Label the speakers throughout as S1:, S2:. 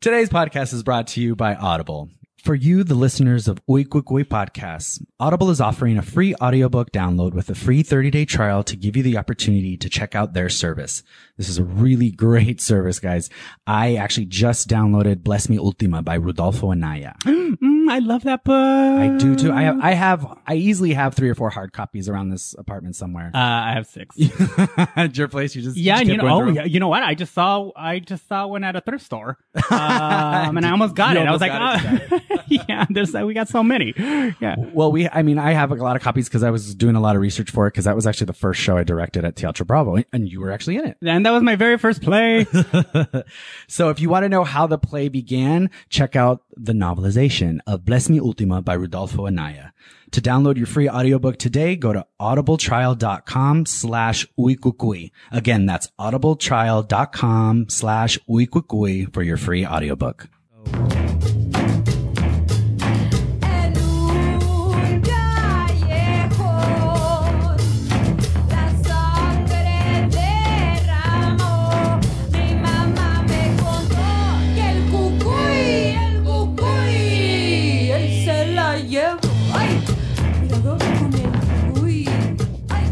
S1: Today's podcast is brought to you by Audible. For you, the listeners of Oi Quick Oi podcasts, Audible is offering a free audiobook download with a free 30-day trial to give you the opportunity to check out their service. This is a really great service, guys. I actually just downloaded Bless Me Ultima by Rudolfo Anaya.
S2: Mm, I love that book. I
S1: I do too. I have, I have, I easily have three or four hard copies around this apartment somewhere.
S2: Uh, I have six.
S1: At your place, you just
S2: Yeah,
S1: just
S2: and you
S1: kept
S2: know,
S1: going
S2: oh,
S1: through
S2: yeah, you know what? I just saw, I just saw one at a thrift store, um, and I almost got
S1: You
S2: it.
S1: almost
S2: I was like, oh. yeah, there's we got so many. Yeah,
S1: Well, we, I mean, I have a lot of copies because I was doing a lot of research for it because that was actually the first show I directed at Teatro Bravo and you were actually in it.
S2: and that was my very first play.
S1: so if you want to know how the play began, check out the novelization of Bless Me Ultima by Rudolfo Anaya. To download your free audiobook today, go to audibletrial.com slash uikukui. Again, that's audibletrial.com slash uikukui for your free audiobook.
S3: En un callejón, la sangre derramó. Mi mamá me contó que el cucuy, el cucuy, él se la llevó. Ay, mira veo con el cucuy. Ay.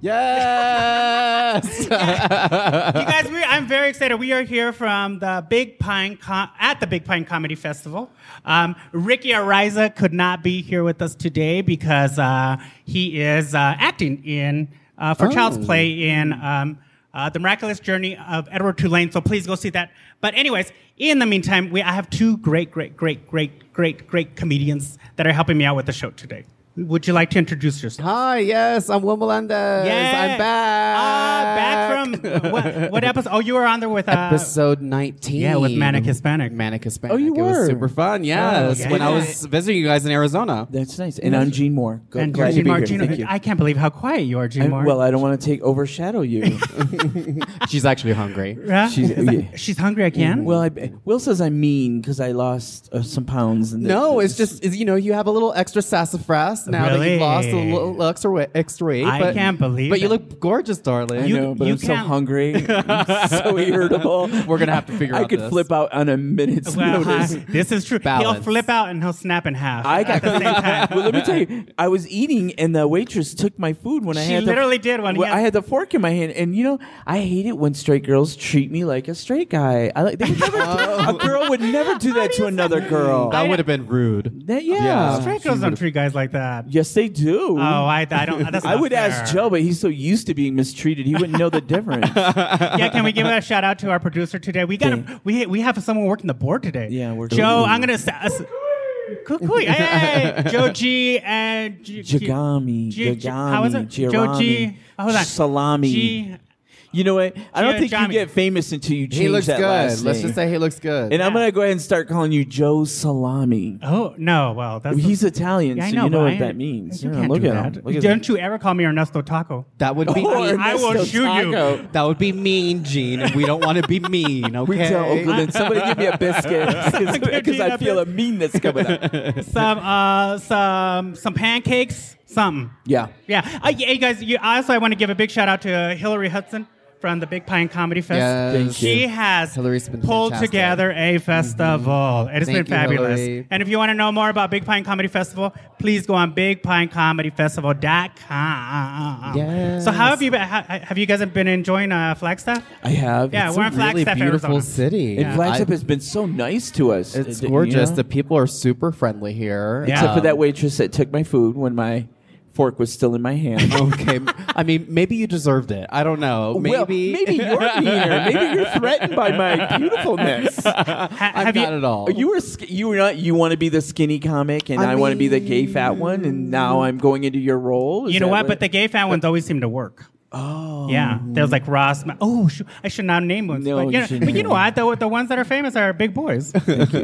S2: yes,
S4: Yes.
S2: you guys, we, I'm very excited. We are here from the Big Pine Com- at the Big Pine Comedy Festival. Um, Ricky Ariza could not be here with us today because uh, he is uh, acting in uh, for Child's Play in um, uh, the Miraculous Journey of Edward Tulane. So please go see that. But anyways, in the meantime, we I have two great, great, great, great, great, great comedians that are helping me out with the show today. Would you like to introduce yourself?
S4: Hi, Ah, yes, I'm Will Melendez. I'm back.
S2: Uh, Ah, back from what, what episode? Oh, you were on there with uh,
S4: episode 19.
S2: Yeah, with Manic Hispanic. Oh,
S4: Manic Hispanic.
S5: Oh, you
S4: It
S5: were.
S4: was super fun. Yes,
S2: yeah.
S4: when I was visiting you guys in Arizona.
S5: That's nice. And I'm Gene Moore. Go,
S2: and
S5: glad
S2: Gene
S5: to be here.
S2: Martino.
S5: Thank you.
S2: I can't believe how quiet you are, Gene
S5: I-
S2: Moore.
S5: well, I don't want to take overshadow you.
S4: She's actually hungry.
S2: Huh?
S5: she's-
S2: Is that-
S5: yeah.
S2: she's hungry again.
S5: well, I, Will says I'm mean because I lost uh, some pounds. And
S4: No, it's just it's, you know you have a little extra sassafras now that
S2: Really?
S4: you've lost a little extra weight. Extra weight
S2: I
S4: but,
S2: can't believe
S4: But you
S2: it.
S4: look gorgeous, darling.
S5: I
S2: you-
S5: know, but
S2: you
S5: I'm so
S2: can't-
S5: hungry, I'm so irritable.
S4: We're gonna have to figure
S5: I
S4: out
S5: could
S4: this.
S5: flip out on a minute's
S2: Well, hi.
S5: notice.
S2: this is true. He'll
S4: Balance.
S2: flip out and he'll snap in half.
S5: I
S2: at
S5: got.
S2: the same time.
S5: well, let me tell you, I was eating, and the waitress took my food when I
S2: She
S5: had.
S2: literally
S5: the,
S2: did when he
S5: Well,
S2: had-
S5: I had the fork in my hand, and you know, I hate it when straight girls treat me like a straight guy. I like they would never, a girl would never do that to another girl.
S4: That would have been rude.
S5: That- yeah.
S4: Yeah.
S2: Straight girls don't treat guys like that.
S5: Yes, they do.
S2: Oh, I, I don't. That's
S5: I
S2: not
S5: would ask
S2: fair.
S5: Joe, but he's so used to being mistreated, he wouldn't know the difference.
S2: yeah, can we give a shout out to our producer today? We got
S5: Yeah.
S2: a, we we have someone working the board today.
S5: Yeah, we're-
S2: Joe.
S5: Ooh.
S2: I'm gonna sa- us- Kukui. Hey, Joe G and G- G-
S5: Jagami,
S2: G- G-
S5: Jagami,
S2: how is it? Joe G. oh,
S5: Jirami,
S2: Hold on.
S5: Salami.
S2: G-
S5: you know what? I don't think you
S2: Jagami.
S5: get famous until you change
S4: He looks
S5: that
S4: good. Let's
S5: last name.
S4: just say he looks good.
S5: and I'm gonna go ahead and start calling you Joe Salami.
S2: oh no! Well, that's
S5: He's Italian,
S2: Yeah, I
S5: so
S2: know,
S5: you know
S2: but
S5: what
S2: I-
S5: that means.
S2: You
S5: Yeah,
S2: can't
S5: look
S2: do
S5: at
S2: that.
S5: him. Look at
S2: Don't
S5: him.
S2: you ever call me Ernesto Taco?
S4: that would be.
S5: Or
S4: mean.
S2: I will
S5: Ernesto
S2: shoot you.
S5: Taco.
S4: That would be mean, Gene. and We don't want to be mean. Okay.
S5: We tell Oakland, somebody give me a biscuit
S2: give
S5: because
S2: me
S5: I
S2: a
S5: feel a meanness coming up.
S2: Some uh, some some pancakes, something.
S5: Yeah.
S2: Yeah. Uh, yeah, you guys. You, also, I want to give a big shout out to uh, Hillary Hudson from the Big Pine Comedy Fest.
S4: Yes. Thank
S2: she
S5: you.
S2: has
S4: Hillary's been
S2: pulled
S4: fantastic. Mm-hmm.
S2: together a festival. It has
S4: Thank
S2: been
S4: you,
S2: fabulous.
S4: Hillary.
S2: And if you want to know more about Big Pine Comedy Festival, please go on bigpinecomedyfestival.com.
S4: Yes.
S2: So, how have you been? ha- have you guys been enjoying uh, Flagstaff?
S5: I have.
S2: Yeah,
S5: It's
S2: we're
S5: a
S2: on
S4: Really
S2: Flagstaff,
S4: beautiful
S2: Arizona.
S4: city.
S5: And Flagship
S4: I-
S5: has been so nice to us.
S4: It's
S5: Uh, you
S4: gorgeous.
S5: know?
S4: The people are super friendly here.
S2: Yeah.
S5: Except for that waitress that took my food when my fork was still in my hand.
S4: okay. I mean, maybe you deserved it. I don't know. Maybe.
S5: Well, maybe you're meaner. Maybe you're threatened by my beautifulness.
S2: Ha-
S4: I'm
S2: have you-
S4: not at all.
S5: You were sk- you were not. You want to be the skinny comic, and I,
S4: I
S5: want to be the gay
S4: mean-
S5: fat one. And now I'm going into your role. Is
S2: You know
S5: that
S2: what? But the gay fan ones always seem to work. Oh. Yeah. There's like Ross. Ma- oh, sh- I should not name ones.
S5: No,
S2: but, you
S5: you
S2: know,
S5: shouldn't.
S2: but you know what? The, the ones that are famous are big boys.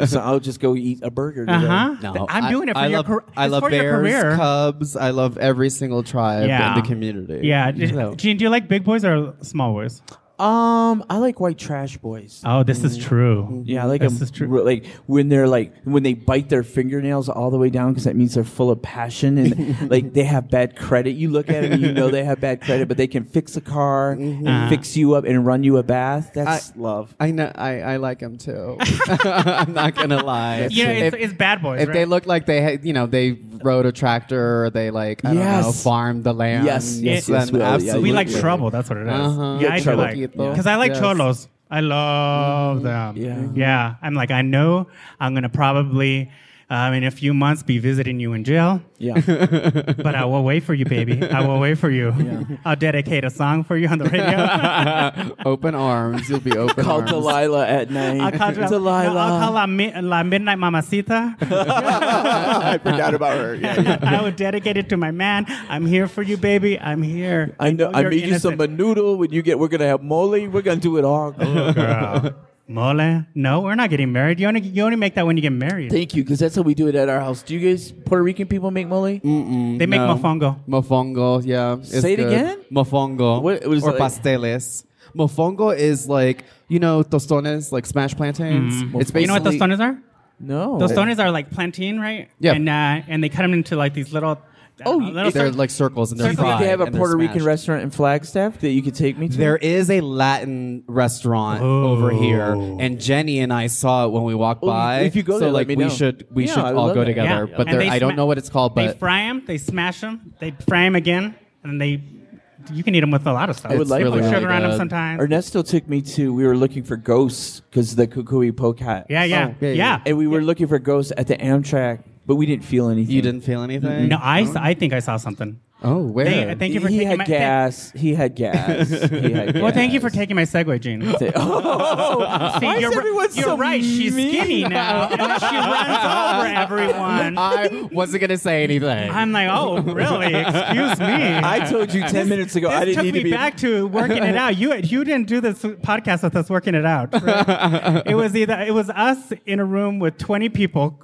S5: so I'll just go eat a burger. Today.
S2: Uh huh.
S4: No,
S2: I'm doing it for
S4: I, I
S2: your
S4: love,
S2: car-
S4: I
S2: it's
S4: love
S2: for your
S4: bears,
S2: career.
S4: cubs. I love every single tribe
S2: Yeah.
S4: in the community.
S2: Yeah.
S4: So-
S2: Gene, do you like big boys or small boys?
S5: Um, I like white trash boys.
S2: Oh, this is
S4: Mm-hmm.
S2: true.
S5: Yeah, I like
S2: This
S5: them,
S2: is true.
S5: re- like when they're like when they bite their fingernails all the way down because that means they're full of passion and like they have bad credit. You look at them, and you know they have bad credit, but they can fix a car
S2: Uh-huh.
S5: and fix you up and run you a bath. That's love.
S4: I know. I, I like them too. I'm not gonna lie.
S2: You know, it's,
S4: If-
S2: it's bad boys.
S4: if
S2: right?
S4: they look like they had, you know, they rode a tractor or they like, I don't know,
S5: Yes.
S4: farmed the land.
S5: Yes, yes,
S4: then
S5: yes, well, yeah,
S4: absolutely.
S2: we like
S5: Absolutely.
S2: trouble. That's what it is.
S4: Uh-huh.
S2: Yeah,
S5: Yeah,
S2: I do
S5: trouble
S2: like
S4: people.
S2: because I like
S4: Yes. Mm-hmm.
S2: cholos. I love them.
S5: Yeah.
S2: yeah. I'm like I know I'm gonna probably um, in a few months be visiting you in jail,
S5: Yeah,
S2: but I will wait for you, baby. I will wait for you. I'll dedicate a song for you on the radio.
S4: open arms. You'll be open
S5: call
S4: arms.
S5: Delilah at night.
S2: I'll call, no,
S5: Delilah.
S2: I'll call La, Mi- La Midnight Mamacita.
S6: I forgot about her. Yeah, yeah.
S2: I will dedicate it to my man. I'm here for you, baby. I'm here.
S5: I know. I
S2: you're
S5: made you some
S2: innocent.
S5: menudo. When you get, we're gonna have mole. We're gonna do it all.
S2: Girl. Mole? No, we're not getting married. You only you only make that when you get married.
S5: Thank you, because that's how we do it at our house. Do you guys Puerto Rican people make mole?
S2: they make
S4: no.
S2: mofongo.
S4: Mofongo, yeah. it's
S5: Say it
S4: good.
S5: again?
S4: Mofongo.
S5: What- what is
S4: or
S5: that?
S4: pasteles. Mofongo is like, you know, tostones, like smashed plantains. It's basically
S2: Mm-hmm.
S4: Oh.
S2: You know what tostones are?
S5: No.
S2: Tostones are like plantain, right?
S4: Yeah.
S2: And uh, and they cut them into like these little. I don't
S5: Oh,
S2: know, little
S4: they're
S2: cir-
S4: like circles and
S5: Do
S4: they're
S5: you think
S4: fried
S5: they have a
S4: and they're
S5: Puerto Rican
S4: smashed.
S5: restaurant in Flagstaff that you could take me to?
S4: There is a Latin restaurant over here, and Jenny and I saw it when we walked
S5: Oh,
S4: by.
S5: if you go
S4: so
S5: there, let
S4: like
S5: me
S4: we
S5: know.
S4: should we
S5: Yeah,
S4: should
S5: I
S4: all
S5: love
S4: go
S5: it.
S4: together.
S2: Yeah.
S4: But
S2: And
S4: there,
S2: they
S4: I
S2: sma-
S4: don't know what it's called,
S2: they
S4: but
S2: fry them, they smash them, they fry them again, and they. You can eat them with a lot of stuff.
S5: I would like
S2: Put
S5: really,
S2: sugar
S4: really
S2: on them
S4: good.
S2: sometimes.
S5: Ernesto took me to. We were looking for ghosts because the Kukui Pocat.
S2: yeah, yeah,
S4: yeah,
S2: yeah,
S4: yeah.
S5: And we were looking for ghosts at the Amtrak, but we didn't feel anything.
S4: you didn't feel anything.
S2: No, I, s- I think I saw something.
S4: Oh,
S2: Hey,
S4: where?
S2: I thank you for
S5: he
S2: taking
S5: had
S2: my thank-
S5: gas. He had gas. He had
S2: Well, thank you for
S5: gas.
S2: taking my segue, Gene.
S5: Oh,
S2: See,
S5: why is
S2: you're,
S5: everyone
S2: you're
S5: so
S2: right. She's
S5: mean?
S2: skinny now. and she runs over everyone.
S4: I wasn't gonna say anything.
S2: I'm like, oh, really? Excuse me.
S5: I told you ten minutes ago. I
S2: this
S5: didn't
S2: took
S5: need
S2: me
S5: to be
S2: back to working it out. You you didn't do this podcast with us working it out. right? it was either it was us in a room with twenty people,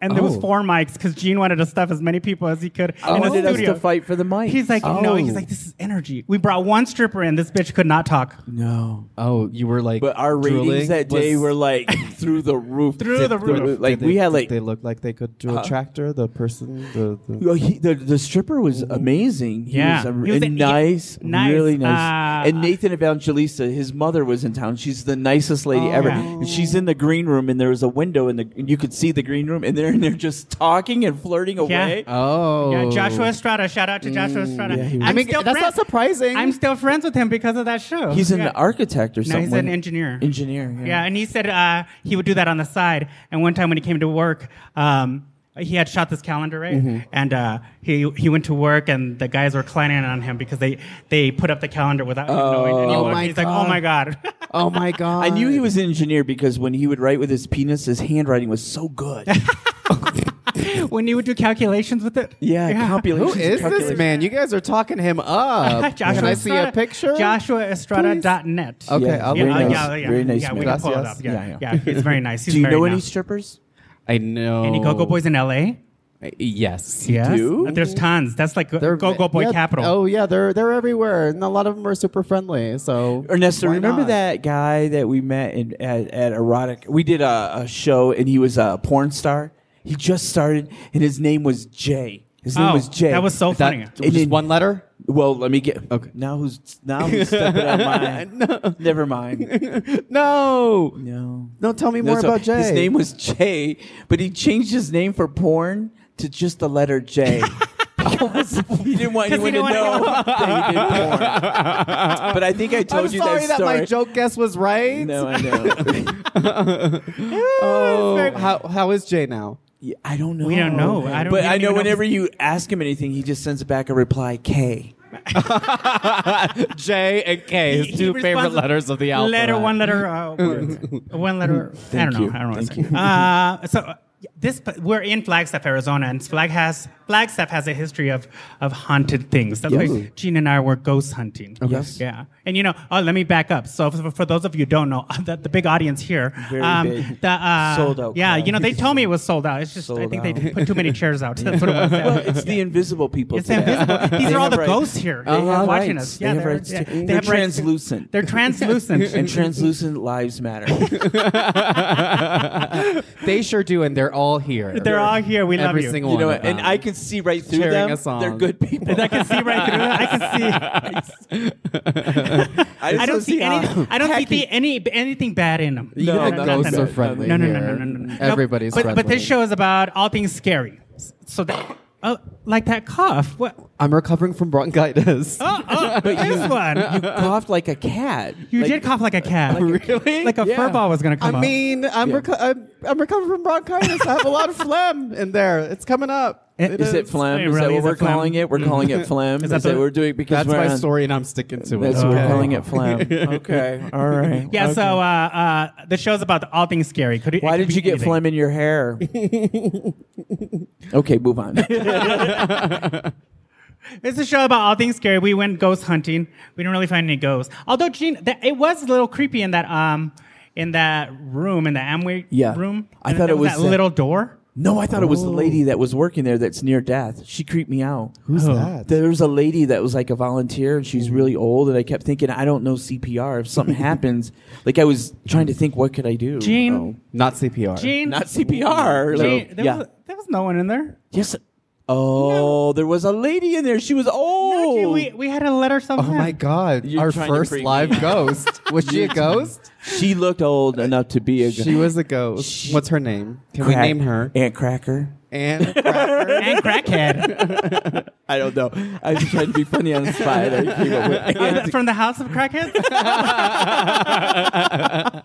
S2: and there was
S4: Oh.
S2: four mics because Gene wanted to stuff as many people as he could
S5: I
S2: in the
S5: wanted us
S2: studio.
S5: to fight for the mic.
S2: He's like, no.
S4: Oh.
S2: He's like, this is energy. We brought one stripper in. This bitch could not talk.
S5: no.
S2: Uh,
S4: oh, you were like.
S5: But our ratings
S4: drooling
S5: that day
S4: was-
S5: were like through the roof.
S2: Through the roof.
S5: Like
S6: Did
S5: we
S6: they-
S5: had
S6: did
S5: like Uh-huh.
S6: they looked like they could do a tractor. The person, the, the
S5: Well, he, the, the stripper was amazing.
S2: Mm-hmm.
S5: He
S2: Yeah.
S5: was, a,
S2: He was
S5: and
S2: a- yeah,
S5: nice,
S2: nice,
S5: really nice.
S2: uh,
S5: and Nathan Evangelista, his mother was in town. She's the nicest lady ever.
S2: Oh, yeah.
S5: And she's in the green room, and there was a window, in the, and you could see the green room, and they're and they're just talking and flirting away.
S4: Oh,
S2: Yeah, Joshua Estrada. Shout out to Joshua Estrada.
S5: yeah, he was-
S2: I'm
S4: I mean,
S2: still
S4: that's not
S2: friends.
S4: surprising.
S2: I'm still friends with him because of that show.
S5: He's an
S2: Yeah.
S5: architect or
S2: No,
S5: something.
S2: he's an engineer.
S5: Engineer.
S2: Yeah, and he said uh, he would do that on the side. And one time when he came to work, um, he had shot this calendar, right? And uh, he he went to work, and the guys were clowning on him because they they put up the calendar without him knowing. And he
S4: Oh
S2: walked in,
S4: my
S2: he's like, "Oh my god!"
S4: oh my god!
S5: I knew he was an engineer because when he would write with his penis, his handwriting was so good.
S2: when he would do calculations with it.
S5: Yeah,
S4: Who
S5: calculations. and
S4: is this
S5: calculations.
S4: man? You guys are talking him up.
S2: Joshua
S4: Can I see
S2: Estrada,
S4: a picture?
S2: JoshuaEstrada.net.
S4: Okay, I'll
S2: Yeah,
S4: very
S2: uh,
S4: nice.
S2: yeah, yeah,
S5: Very nice
S2: Yeah, we
S5: man.
S2: can pull it up.
S4: Gracias.
S2: Yeah, yeah,
S5: Yeah,
S2: he's very nice. He's
S5: Do you
S2: very
S5: know any
S2: nice.
S5: strippers?
S4: I know. Uh,
S2: Any Go Go Boys in L.A.?
S4: Yes.
S2: Yes.
S5: do?
S2: There's tons. That's like
S4: They're-
S2: Go Go Boy
S4: yeah,
S2: capital.
S4: Oh yeah, they're they're everywhere, and a lot of them are super friendly. So
S5: Ernesto,
S4: why
S5: remember
S4: not?
S5: that guy that we met in, at, at Erotic? We did a, a show and he was a porn star. He just started and his name was Jay. His name
S2: Oh,
S5: was Jay.
S2: That was so
S4: That-
S2: funny.
S5: And
S4: just
S5: then-
S4: one letter.
S5: Well, let me get. Okay. Now who's now who's stepping on mine? Never mind.
S4: No,
S5: No.
S4: no. Tell me
S5: No,
S4: more
S5: so
S4: about Jay.
S5: His name was Jay, but he changed his name for porn to just the letter J. Because he didn't want
S2: 'Cause he didn't
S5: anyone to know
S2: want
S5: that he did porn. But I think I told
S4: I'm
S5: you
S4: sorry
S5: that
S4: that,
S5: story.
S4: my joke guess was right.
S5: No, I know.
S4: oh, how how is Jay now?
S5: Yeah, I don't know.
S2: We don't know. I don't
S5: But
S2: we
S5: I
S2: don't
S5: know
S2: even
S5: whenever you ask him anything, he just sends back a reply K.
S4: J and K,
S2: He- he responds- Letter one letter uh, words. one letter. I don't know.
S5: you.
S2: I don't know.
S5: Thank
S2: What I'm saying. uh, so uh, this p- we're in Flagstaff, Arizona, and Flag has, Flagstaff has a history of of haunted things. That's
S4: Yes.
S2: why Gene and I were ghost hunting.
S5: Yes.
S2: Yeah. And you know, oh, let me back up. So for, for those of you who don't know, the, the big audience here,
S5: Very big.
S2: the, uh,
S5: Sold out
S2: Yeah,
S5: crowd.
S2: you know, they told me it was sold out. It's just I
S5: Sold
S2: think they
S5: out.
S2: put too many chairs out. That's what it was.
S5: Well, it's the invisible people.
S2: It's
S5: today.
S2: invisible. These
S5: They
S2: are all
S5: have
S2: the
S5: rights.
S2: ghosts here. They
S5: Uh-huh,
S2: are watching
S5: rights.
S2: us.
S5: They
S2: Yeah,
S5: have
S2: they're-
S5: rights
S2: yeah,
S5: too.
S2: they
S5: They're
S2: have rights too.
S5: translucent.
S2: They're translucent.
S5: and translucent lives matter.
S4: They sure do, and they're all here.
S2: They're all here. We love
S4: Every
S2: you.
S4: single
S5: you
S4: one
S5: know,
S4: of them.
S5: and I can see right through
S4: Cheering
S5: them.
S4: us on.
S5: They're good people.
S2: I can see right through it. I can see. I don't see any. I don't see the, any anything bad in them.
S4: Even
S5: No,
S4: the
S5: no,
S4: ghosts
S5: no, no,
S4: are friendly.
S2: No, no, no,
S4: here.
S2: no, no, no, no.
S4: Everybody's
S2: but,
S4: friendly.
S2: But this show is about all things scary. So that, oh, like that cough. What?
S4: I'm recovering from bronchitis.
S2: Oh, oh this one. You,
S5: coughed like a cat.
S2: you
S5: Like,
S2: did cough like a cat.
S4: really?
S2: Like a
S5: Yeah.
S2: fur ball was gonna come
S4: I
S2: up.
S4: mean, I'm,
S5: Yeah.
S4: reco- I'm I'm recovering from bronchitis. I have a lot of phlegm in there. It's coming up.
S2: It-
S5: Is it phlegm?
S2: It
S5: is that
S2: really
S5: what
S2: is
S5: we're
S2: a phlegm. Mm-hmm.
S5: calling it? We're calling it phlegm.
S2: Is
S5: is
S2: that
S5: that,
S2: the-
S5: what we're doing? Because
S4: That's
S5: we're
S4: my
S5: on-
S4: story, and I'm sticking to it.
S5: That's what
S2: Okay.
S5: we're calling it phlegm. okay. All right.
S2: Yeah, so
S5: Okay.
S2: uh, uh, the show's about all things scary. Could it, it
S5: Why
S2: could
S5: did
S2: be
S5: you get
S2: anything.
S5: phlegm in your hair? okay, move on.
S2: It's a show about all things scary. We went ghost hunting. We didn't really find any ghosts. Although Gene, that, it was a little creepy in that um in that room in the Amway
S5: Yeah.
S2: room.
S5: I
S2: And
S5: thought
S2: there
S5: it was
S2: that
S5: that-
S2: little door.
S5: No, I thought it
S4: Oh.
S5: was the lady that was working there that's near death. She creeped me out.
S4: Who's that?
S5: There was a lady that was like a volunteer and she's really old and I kept thinking I don't know CPR if something happens. Like I was trying to think what could I do?
S2: Gene,
S5: Oh.
S4: Not CPR.
S2: Gene,
S5: Not CPR.
S2: Gene,
S5: like,
S2: there,
S5: yeah.
S2: was, there was no one in there.
S5: yes. Oh, there was a lady in there. She was
S2: No,
S5: old.
S2: Gene, we we had to let ourselves.
S4: Oh my God!
S5: You're
S4: Our
S5: trying to
S4: first
S5: creep
S4: live
S5: me out.
S4: ghost. Was she a ghost?
S5: she looked old enough to be a
S4: She was a ghost.
S5: She-
S4: What's her name? Can we
S5: Crack-
S4: name her?
S5: Aunt Cracker.
S4: Anne Cracker.
S2: And crackhead
S5: I don't know. I just tried to be funny on the spot. I came up with
S2: Uh, from the house of crackheads.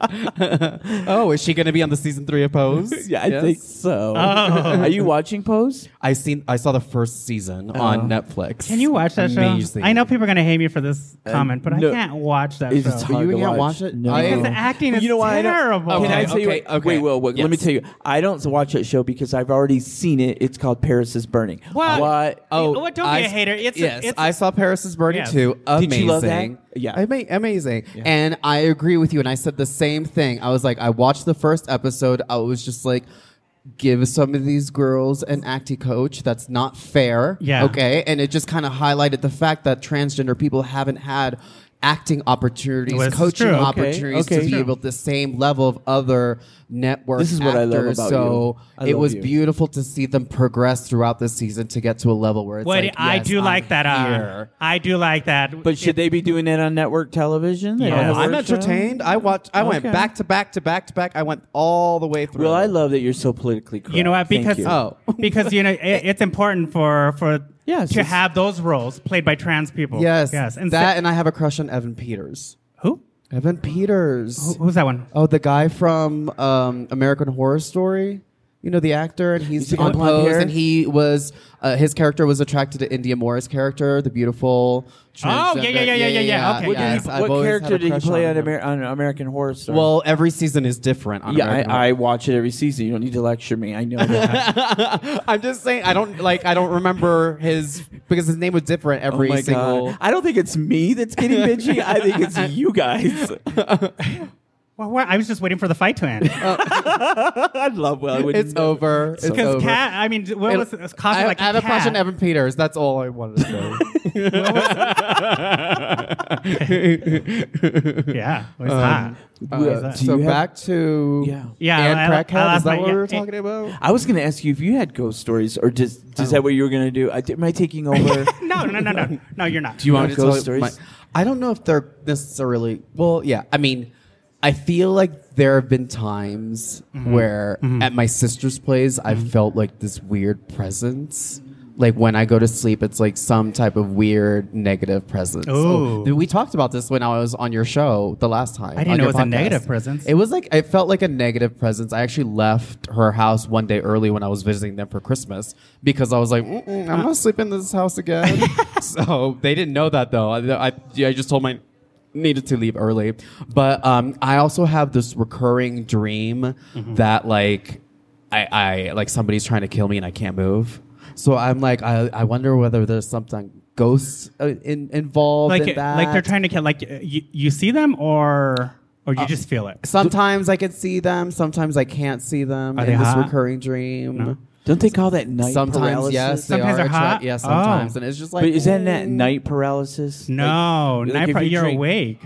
S4: oh, is she going to be on the season three of Pose?
S5: Yeah, I
S4: Yes.
S5: think so. Are you watching Pose?
S4: I seen. I saw the first season on Netflix.
S2: Oh. Can you watch that show?
S4: Amazing.
S2: I know people are gonna hate me for this comment, but
S5: Uh, no.
S2: I can't watch that
S5: It's
S2: show.
S5: hard
S4: You
S5: to
S4: can't watch
S5: watch.
S4: it?
S5: No.
S4: I-
S2: Because the acting is
S5: you know why
S2: terrible.
S5: I don't, can I
S4: Okay,
S5: tell you?
S4: okay,
S5: what-
S4: okay.
S5: Wait, well, wait, let me
S4: Yes.
S5: tell you. I don't watch that show because I've already seen it. It's called Paris is Burning.
S2: What?
S5: What?
S4: Oh,
S2: Oh, don't be
S4: I-
S2: a hater. It's a-
S4: yes,
S2: it's a-
S4: I saw Paris is Burning
S2: Yes.
S4: too. Amazing.
S5: Did you love that? Yeah.
S4: Ama- amazing. And I agree with you. And I said the same thing. I was like, I watched the first episode. I was just like, give some of these girls an acting coach. That's not fair.
S2: Yeah.
S4: Okay. And it just kind of highlighted the fact that transgender people haven't had acting opportunities,
S2: Well, this is
S4: coaching
S2: true. Okay.
S4: opportunities
S5: Okay.
S4: to be
S5: True.
S4: able the same level of other network
S5: This is what I love
S4: actors.
S5: about
S4: so
S5: you. I
S4: it
S5: love
S4: was
S5: you.
S4: beautiful to see them progress throughout the season to get to a level where it's
S2: What
S4: like,
S2: I
S4: yes,
S2: do
S4: I'm
S2: like that. Uh,
S4: here.
S2: I do like that.
S5: But should they be doing that on network television? They don't
S2: Yes.
S5: have
S4: I'm
S5: a show?
S4: entertained. I watched. I went
S5: Okay.
S4: back to back to back to back. I went all the way through.
S5: Well, I love that you're so politically correct.
S2: You know what?
S5: Thank
S2: Because
S5: you.
S4: Oh.
S2: because you know it, it's important for for
S5: Yes,
S2: to
S5: it's-
S2: have those roles played by trans people.
S4: Yes,
S2: yes, and
S4: that,
S2: se-
S4: and I have a crush on Evan Peters.
S2: who?
S4: Evan Peters.
S2: Who's that one?
S4: Oh, the guy from um, American Horror Story. You know the actor, and he's
S5: Is he
S4: on
S5: got blonde
S4: Pose,
S5: hair?
S4: and he was uh, his character was attracted to India Moore's character, the beautiful.
S2: Oh, yeah,
S4: transgender-
S2: yeah, yeah, yeah, yeah, okay,
S5: What,
S2: yeah,
S5: did
S4: yes,
S5: he,
S4: I've
S5: what
S4: always had a
S5: character did he
S4: crush
S5: play
S4: on
S5: on,
S4: him.
S5: Amer- on American Horror Story?
S4: Well, every season is different. On
S5: yeah,
S4: American
S5: I, I
S4: Horror.
S5: watch it every season. You don't need to lecture me. I know that.
S4: I'm just saying. I don't like. I don't remember his because his name was different every single.
S5: Oh I don't think it's me that's getting bitchy. I think it's you guys.
S2: Well, well, I was just waiting for the fight to end
S5: I love Well. I wouldn't
S4: It's
S5: know.
S4: over. It's
S2: because
S4: over.
S2: cat. I mean, what was it? Coffee
S4: I,
S2: like
S4: I have
S2: a
S4: a crush
S2: cat.
S4: on Evan Peters. That's all I wanted to say.
S2: Yeah, it
S4: Um,
S2: was hot.
S5: Well,
S2: that?
S5: do
S4: so
S5: you have-
S4: back to
S5: Yeah.
S2: Yeah,
S4: and
S2: I- I-
S4: crackhead.
S2: I
S4: is
S2: lost
S4: that
S2: my-
S4: what we
S2: yeah,
S4: were
S2: it-
S4: talking about?
S5: I was going to ask you if you had ghost stories, or does is
S4: Oh.
S5: that what you were going to do? I, am I taking over?
S2: No, no, no, no, no. You're not.
S4: Do you want
S5: No
S4: me to tell
S5: ghost
S4: you my-
S5: stories?
S4: I don't know if they're necessarily. Well, yeah. I mean, I feel like there have been times where at my sister's place I felt like this weird presence. Like when I go to sleep, it's like some type of weird negative presence.
S2: Ooh.
S4: So, we talked about this when I was on your show the last time.
S2: I didn't
S4: on
S2: know
S4: your
S2: it was a
S4: podcast.
S2: negative presence.
S4: It was like it felt like a negative presence. I actually left her house one day early when I was visiting them for Christmas because I was like, Mm-mm, I'm not sleeping in this house again. so they didn't know that though. I, I, I just told my needed to leave early,
S2: Mm-hmm.
S4: but um, I also have this recurring dream that like I, I like somebody's trying to kill me and I can't move. So I'm like, I, I wonder whether there's something ghosts uh, in, involved
S2: like
S4: in that.
S2: like they're trying to kill like you, you see them or or
S4: Uh,
S2: you just feel it
S4: Sometimes I can see them. Sometimes I can't see them
S2: Are
S4: in
S2: they
S4: this
S2: hot?
S4: recurring dream.
S2: No.
S5: Don't they call that night
S4: Sometimes
S5: paralysis?
S4: yes, they
S2: Sometimes
S4: are
S2: they're
S4: attra-
S2: hot?
S4: Yeah, sometimes,
S2: Oh.
S4: and it's just like
S5: But is that that
S4: mm.
S5: night paralysis?
S2: no
S5: like
S2: night
S5: if
S2: pro-
S5: you
S2: you're
S5: drink-
S2: awake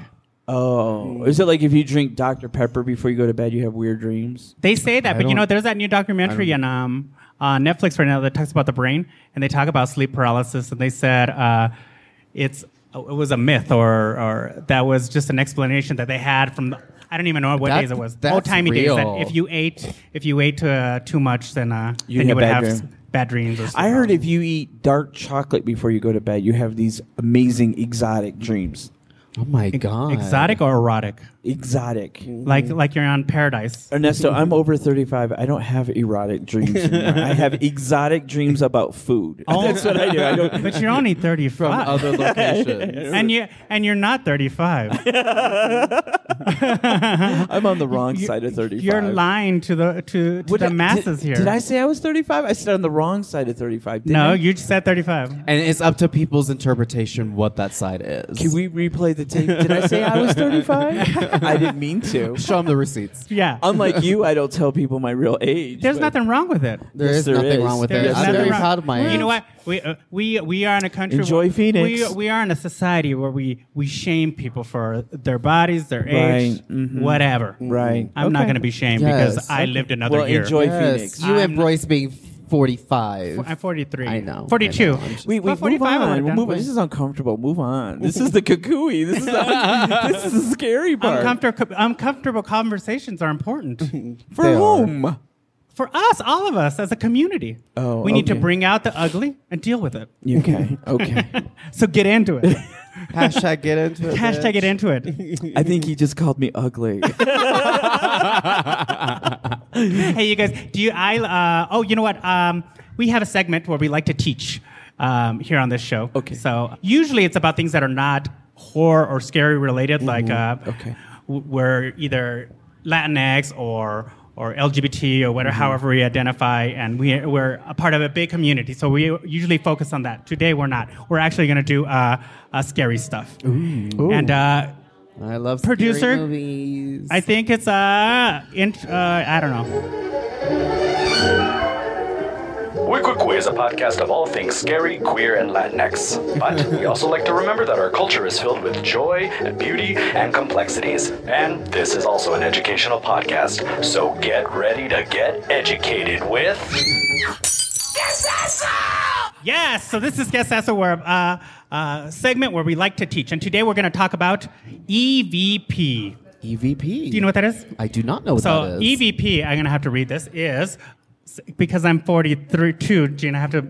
S5: Oh, is it like if you drink Dr Pepper before you go to bed, you have weird dreams?
S2: they say that but you
S4: don't-
S2: know there's that new documentary on um on netflix right now that talks about the brain and they talk about sleep paralysis and they said uh it's it was a myth or or that was just an explanation that they had from the, I don't even know what
S4: That-
S2: days it was.
S4: that's
S2: Old timey days. That
S4: real.
S2: if you ate, if you ate uh, too much, then uh,
S5: You
S2: then you
S5: have
S2: would
S5: bad
S2: have
S5: dream.
S2: s- bad dreams. Or
S5: I heard if you eat dark chocolate before you go to bed, you have these amazing exotic dreams.
S4: Oh my god!
S2: exotic or erotic,
S5: Exotic.
S2: like like you're on paradise.
S5: Ernesto, I'm over 35. I don't have erotic dreams anymore. I have exotic dreams about food.
S2: Oh.
S5: That's what I do. I don't,
S2: But you're only 35.
S4: from other locations.
S2: and you and you're not 35.
S5: I'm on the wrong
S2: You-
S5: side of 35.
S2: You're lying to the to, to
S5: What
S2: the
S5: did-
S2: masses
S5: did,
S2: here.
S5: Did I say I was 35? I said on the wrong side of 35. didn't
S2: No,
S5: I?
S2: you just said 35.
S4: And it's up to people's interpretation what that side is.
S5: Can we replay the tape? Did I say I was 35? I didn't mean to.
S4: show them the receipts?
S2: Yeah.
S5: Unlike you, I don't tell people my real age.
S2: There's
S5: but-
S2: nothing wrong with it.
S4: There is
S5: Yes, there
S4: nothing
S5: is.
S4: wrong with
S5: There
S4: it.
S5: is
S4: I'm
S5: nothing
S4: very
S5: wrong.
S4: proud of my age.
S2: You know what? We uh, we we are in a country.
S5: Enjoy
S2: where-
S5: Phoenix.
S2: We, we are in a society where we we shame people for their bodies, their age,
S5: Right. Mhm.
S2: whatever.
S5: Right.
S2: I'm not
S5: Okay.
S2: going to be shamed
S4: Yes.
S2: because I lived another
S5: Well,
S2: year.
S5: enjoy
S4: Yes,
S5: Phoenix.
S4: You
S2: I'm-
S4: embrace being 45.
S2: I'm 43.
S4: I know, I know.
S2: 42.
S4: I'm just-
S5: Wait,
S2: But
S5: wait, move
S2: 45 I
S5: on.
S2: would've done
S5: Move
S2: it.
S5: on. This is uncomfortable. Move on. This is the kukui. This is un- this is the scary part.
S2: Uncomfortable, uncomfortable conversations are important
S5: For
S4: They are.
S5: whom?
S2: for us, all of us as a community.
S5: Oh,
S2: we need to
S5: okay.
S2: bring out the ugly and deal with it.
S5: Okay. Okay.
S2: So get into it.
S4: Hashtag get into it.
S2: Hashtag get
S4: bitch.
S2: into it.
S5: I think he just called me ugly.
S2: hey, you guys, do you? I uh, oh, you know what? Um, we have a segment where we like to teach um, here on this show.
S5: Okay.
S2: So usually it's about things that are not horror or scary related, like uh,
S5: Mm-hmm. Okay.
S2: w- we're either Latinx or or LGBT or
S5: Mm-hmm.
S2: whatever, however we identify, and we, we're a part of a big community. So we usually focus on that. Today we're not. We're actually going to do uh, uh, scary stuff. And uh,
S4: I love scary
S2: Producer?
S4: movies.
S2: I think it's uh, int- uh I don't know.
S7: We're Queer is a podcast of all things scary, queer, and Latinx. But we also like to remember that our culture is filled with joy and beauty and complexities. And this is also an educational podcast. So get ready to get educated with.
S2: Yes, so this is Guess That's a Word, uh, uh, segment where we like to teach. And today we're going to talk about EVP.
S4: EVP.
S2: Do you know what that is?
S4: E I do not know what
S2: So, E
S4: that is.
S2: EVP, I'm going to have to read this, is because I'm 43, too, Gene, I have to,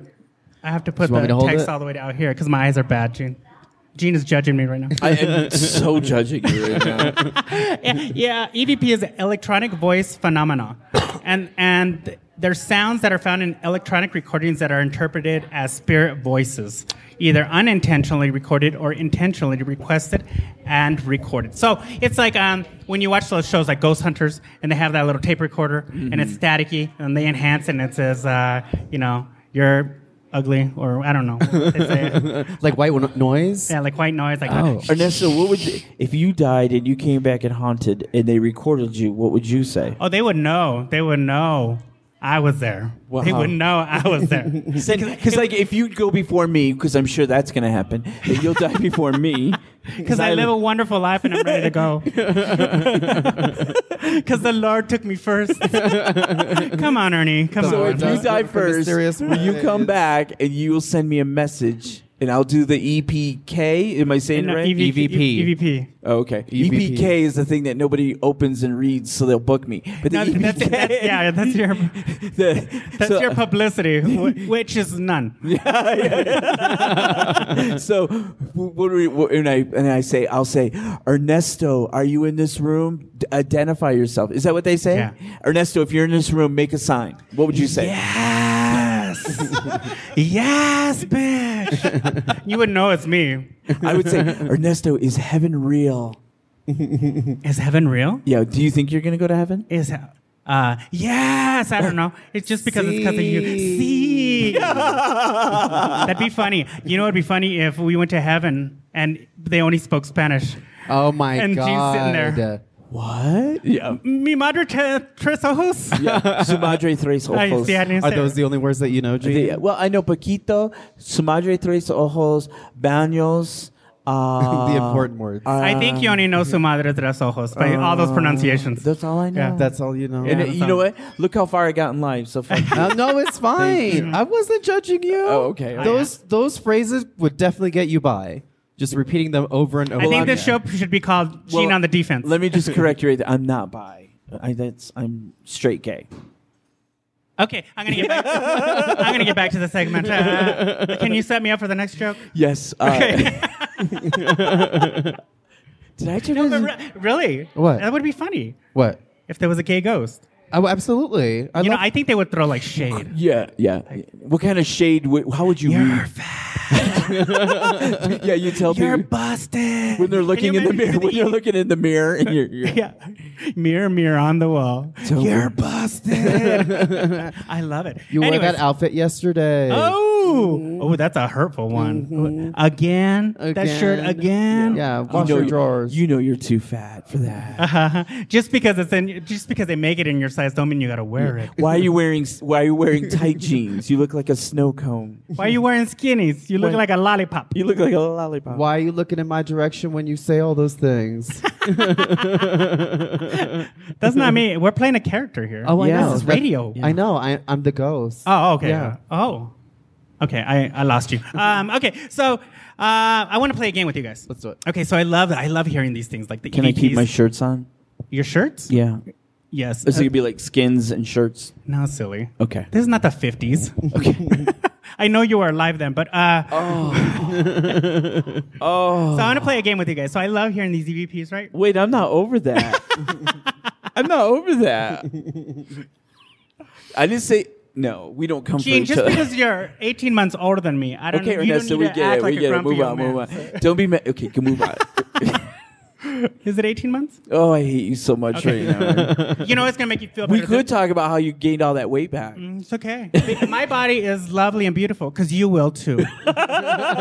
S2: I have to put
S4: you
S2: the
S4: want me to hold
S2: text
S4: it?
S2: all the way down here because my eyes are bad, Gene. Gene is judging me right now.
S5: I am so judging you right now.
S2: yeah, EVP is electronic voice phenomena, and and there's sounds that are found in electronic recordings that are interpreted as spirit voices, either unintentionally recorded or intentionally requested and recorded. So it's like um, when you watch those shows like Ghost Hunters, and they have that little tape recorder, and it's staticky, and they enhance it, and it says, uh, you know, you're ugly, or I don't know, they say,
S4: like white no- noise?
S2: yeah, like white noise, like.
S4: Oh.
S5: Ernesto, what would you, if you died and you came back and haunted and they recorded you? What would you say?
S2: Oh, they would know. They would know I was there.
S5: Wow.
S2: They would know I was there.
S5: Because like if you go before me, because I'm sure that's gonna happen, that you'll die before me.
S2: Because I live a wonderful life and I'm ready to go. Because the Lord took me first. Come on, Ernie. Come
S5: So
S2: on.
S5: if you
S4: Does
S5: die
S4: look for
S5: first,
S4: mysterious
S5: will you come
S4: ways.
S5: back and you will send me a message, and I'll do the EPK. Am I saying it
S2: No,
S5: right?
S4: E
S5: E
S2: EVP. EVP.
S5: Oh, okay.
S4: EVP.
S5: EPK is the thing that nobody opens and reads, so they'll book me. But the E
S2: No,
S5: EPK,
S2: that's, that's, yeah, that's your
S5: the-
S2: that's
S5: so-
S2: your publicity, wh- which is none.
S5: yeah, yeah. so what do we, what, and I and I say I'll say Ernesto, are you in this room? D- identify yourself. Is that what they say?
S2: Yeah.
S5: Ernesto, if you're in this room, make a sign. What would you say?
S2: Yes, yes, bitch. You would know it's me.
S5: I would say Ernesto, is heaven real?
S2: Is heaven real?
S5: Yeah. Do you think you're gonna go to heaven?
S2: Is he- Uh, yes, I don't know. It's just because it's because of you. See, that'd be funny. You know, it'd be funny if we went to heaven and they only spoke Spanish.
S4: Oh my
S2: And she's
S4: god.
S2: sitting there.
S5: What? Yeah.
S2: Mi madre te- tres ojos.
S5: yeah. Sumadre tres
S2: Ay,
S5: ojos.
S2: sí, I didn't
S4: Are
S2: say
S4: those
S2: it.
S4: the only words that you know, Gene?
S5: The- well, I know Paquito, Sumadre tres ojos, baños. Uh,
S4: The important words.
S2: I think you only know su madre tres ojos by all those pronunciations.
S5: That's all I know.
S2: Yeah.
S4: That's all you know.
S5: and
S2: Yeah.
S5: it- you know what? Look how far I got in life. So fuck you.
S4: Uh, no, it's fine. I wasn't judging you.
S5: Oh, okay, okay.
S4: Those those phrases would definitely get you by. Just repeating them over and over.
S2: I think this
S4: again.
S2: show should be called Gene
S5: Well,
S2: on the Defense.
S5: Let me just correct you. Right there. I'm not bi. I, that's I'm straight gay.
S2: okay, I'm gonna get back. To, I'm gonna get back to the segment. Uh, can you set me up for the next joke?
S5: Yes. Uh,
S2: Okay.
S5: Did I turn?
S2: No,
S5: this-
S2: but re- really?
S4: What?
S2: That would be funny
S4: What?
S2: if there was a gay ghost.
S4: Oh, absolutely. I
S2: you know,
S4: love-
S2: I think they would throw like shade.
S5: yeah, yeah. What kind of shade? Would, how would you? read? yeah, you tell
S2: You're
S5: people
S2: busted.
S5: when they're looking in the mirror. When
S2: you're
S5: they're looking in the mirror, and you're, you're
S2: yeah, mirror, mirror on the wall.
S5: Tell
S2: you're
S5: me.
S2: busted. I love it.
S4: you wore
S2: Anyways.
S4: that outfit Mm-hmm. yesterday.
S2: Oh, oh, that's a hurtful one. Again? that shirt
S4: Mm-hmm. Again.
S2: again.
S4: Yeah,
S5: you
S4: wash
S5: know
S4: your
S5: you-
S4: drawers.
S5: You know you're too fat for that.
S2: Just because it's in, just because they make it in your size, don't mean you gotta wear it.
S5: Why are you wearing? Why are you wearing tight jeans? You look like a snow cone.
S2: Why are you wearing skinnies? You look
S5: Why-
S2: like a lollipop.
S5: You look like a lollipop.
S4: Why are you looking in my direction when you say all those things?
S2: That's not me. We're playing a character here.
S4: Oh, I
S5: Yeah.
S4: know.
S5: This is
S4: That-
S2: radio.
S4: I know. I, I'm the ghost.
S2: Oh, okay.
S4: Yeah.
S2: Oh, okay. I, I lost you. Um, okay, so uh, I want to play a game with you guys.
S4: Let's do it.
S2: Okay, so I love I love hearing these things like the
S5: Can I keep
S2: EVPs.
S5: my shirts on?
S2: your shirts?
S5: Yeah.
S2: Yes.
S5: So
S2: Uh,
S5: you'd be like skins and shirts.
S2: no, silly.
S5: Okay.
S2: This is not the fifties. Okay. I know you were alive then, but uh,
S5: Oh.
S2: so I want to play a game with you guys. So I love hearing these EVPs, right?
S5: Wait, I'm not over that. I'm not over that. I didn't say no. We don't comfort
S2: Gene,
S5: each
S2: just
S5: other.
S2: because you're 18 months older than me, I don't.
S5: okay,
S2: you
S5: Ernesto,
S2: don't
S5: we
S2: need to
S5: get
S2: act
S5: it.
S2: Like
S5: we
S2: a
S5: get it.
S2: grumpy
S5: Move
S2: old
S5: on, move
S2: man.
S5: on. Don't be mad. Okay, can move on.
S2: Is it 18 months?
S5: oh, I hate you so much
S2: Okay.
S5: right now.
S2: You know, it's gonna make you feel.
S5: we
S2: better.
S5: could talk about how you gained all that weight back.
S2: It's okay. My body is lovely and beautiful because you will too.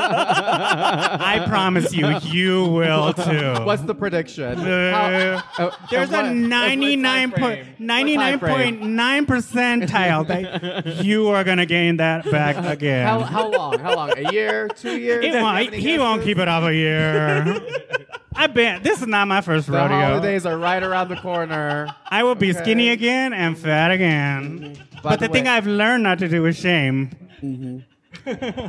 S2: I promise you, you will too.
S4: What's the prediction?
S2: Uh,
S4: Oh,
S2: There's a 99 point, 99.9 percentile that you are going to gain that back again.
S4: How, how long? How long? A year? Two years?
S2: It won't- he won't keep it off a year. I bet this is not my first
S4: The
S2: rodeo.
S4: holidays are right around the corner.
S2: I will be skinny again and fat again.
S4: By
S2: but
S4: the
S2: the thing
S4: way-
S2: I've learned not to do is shame.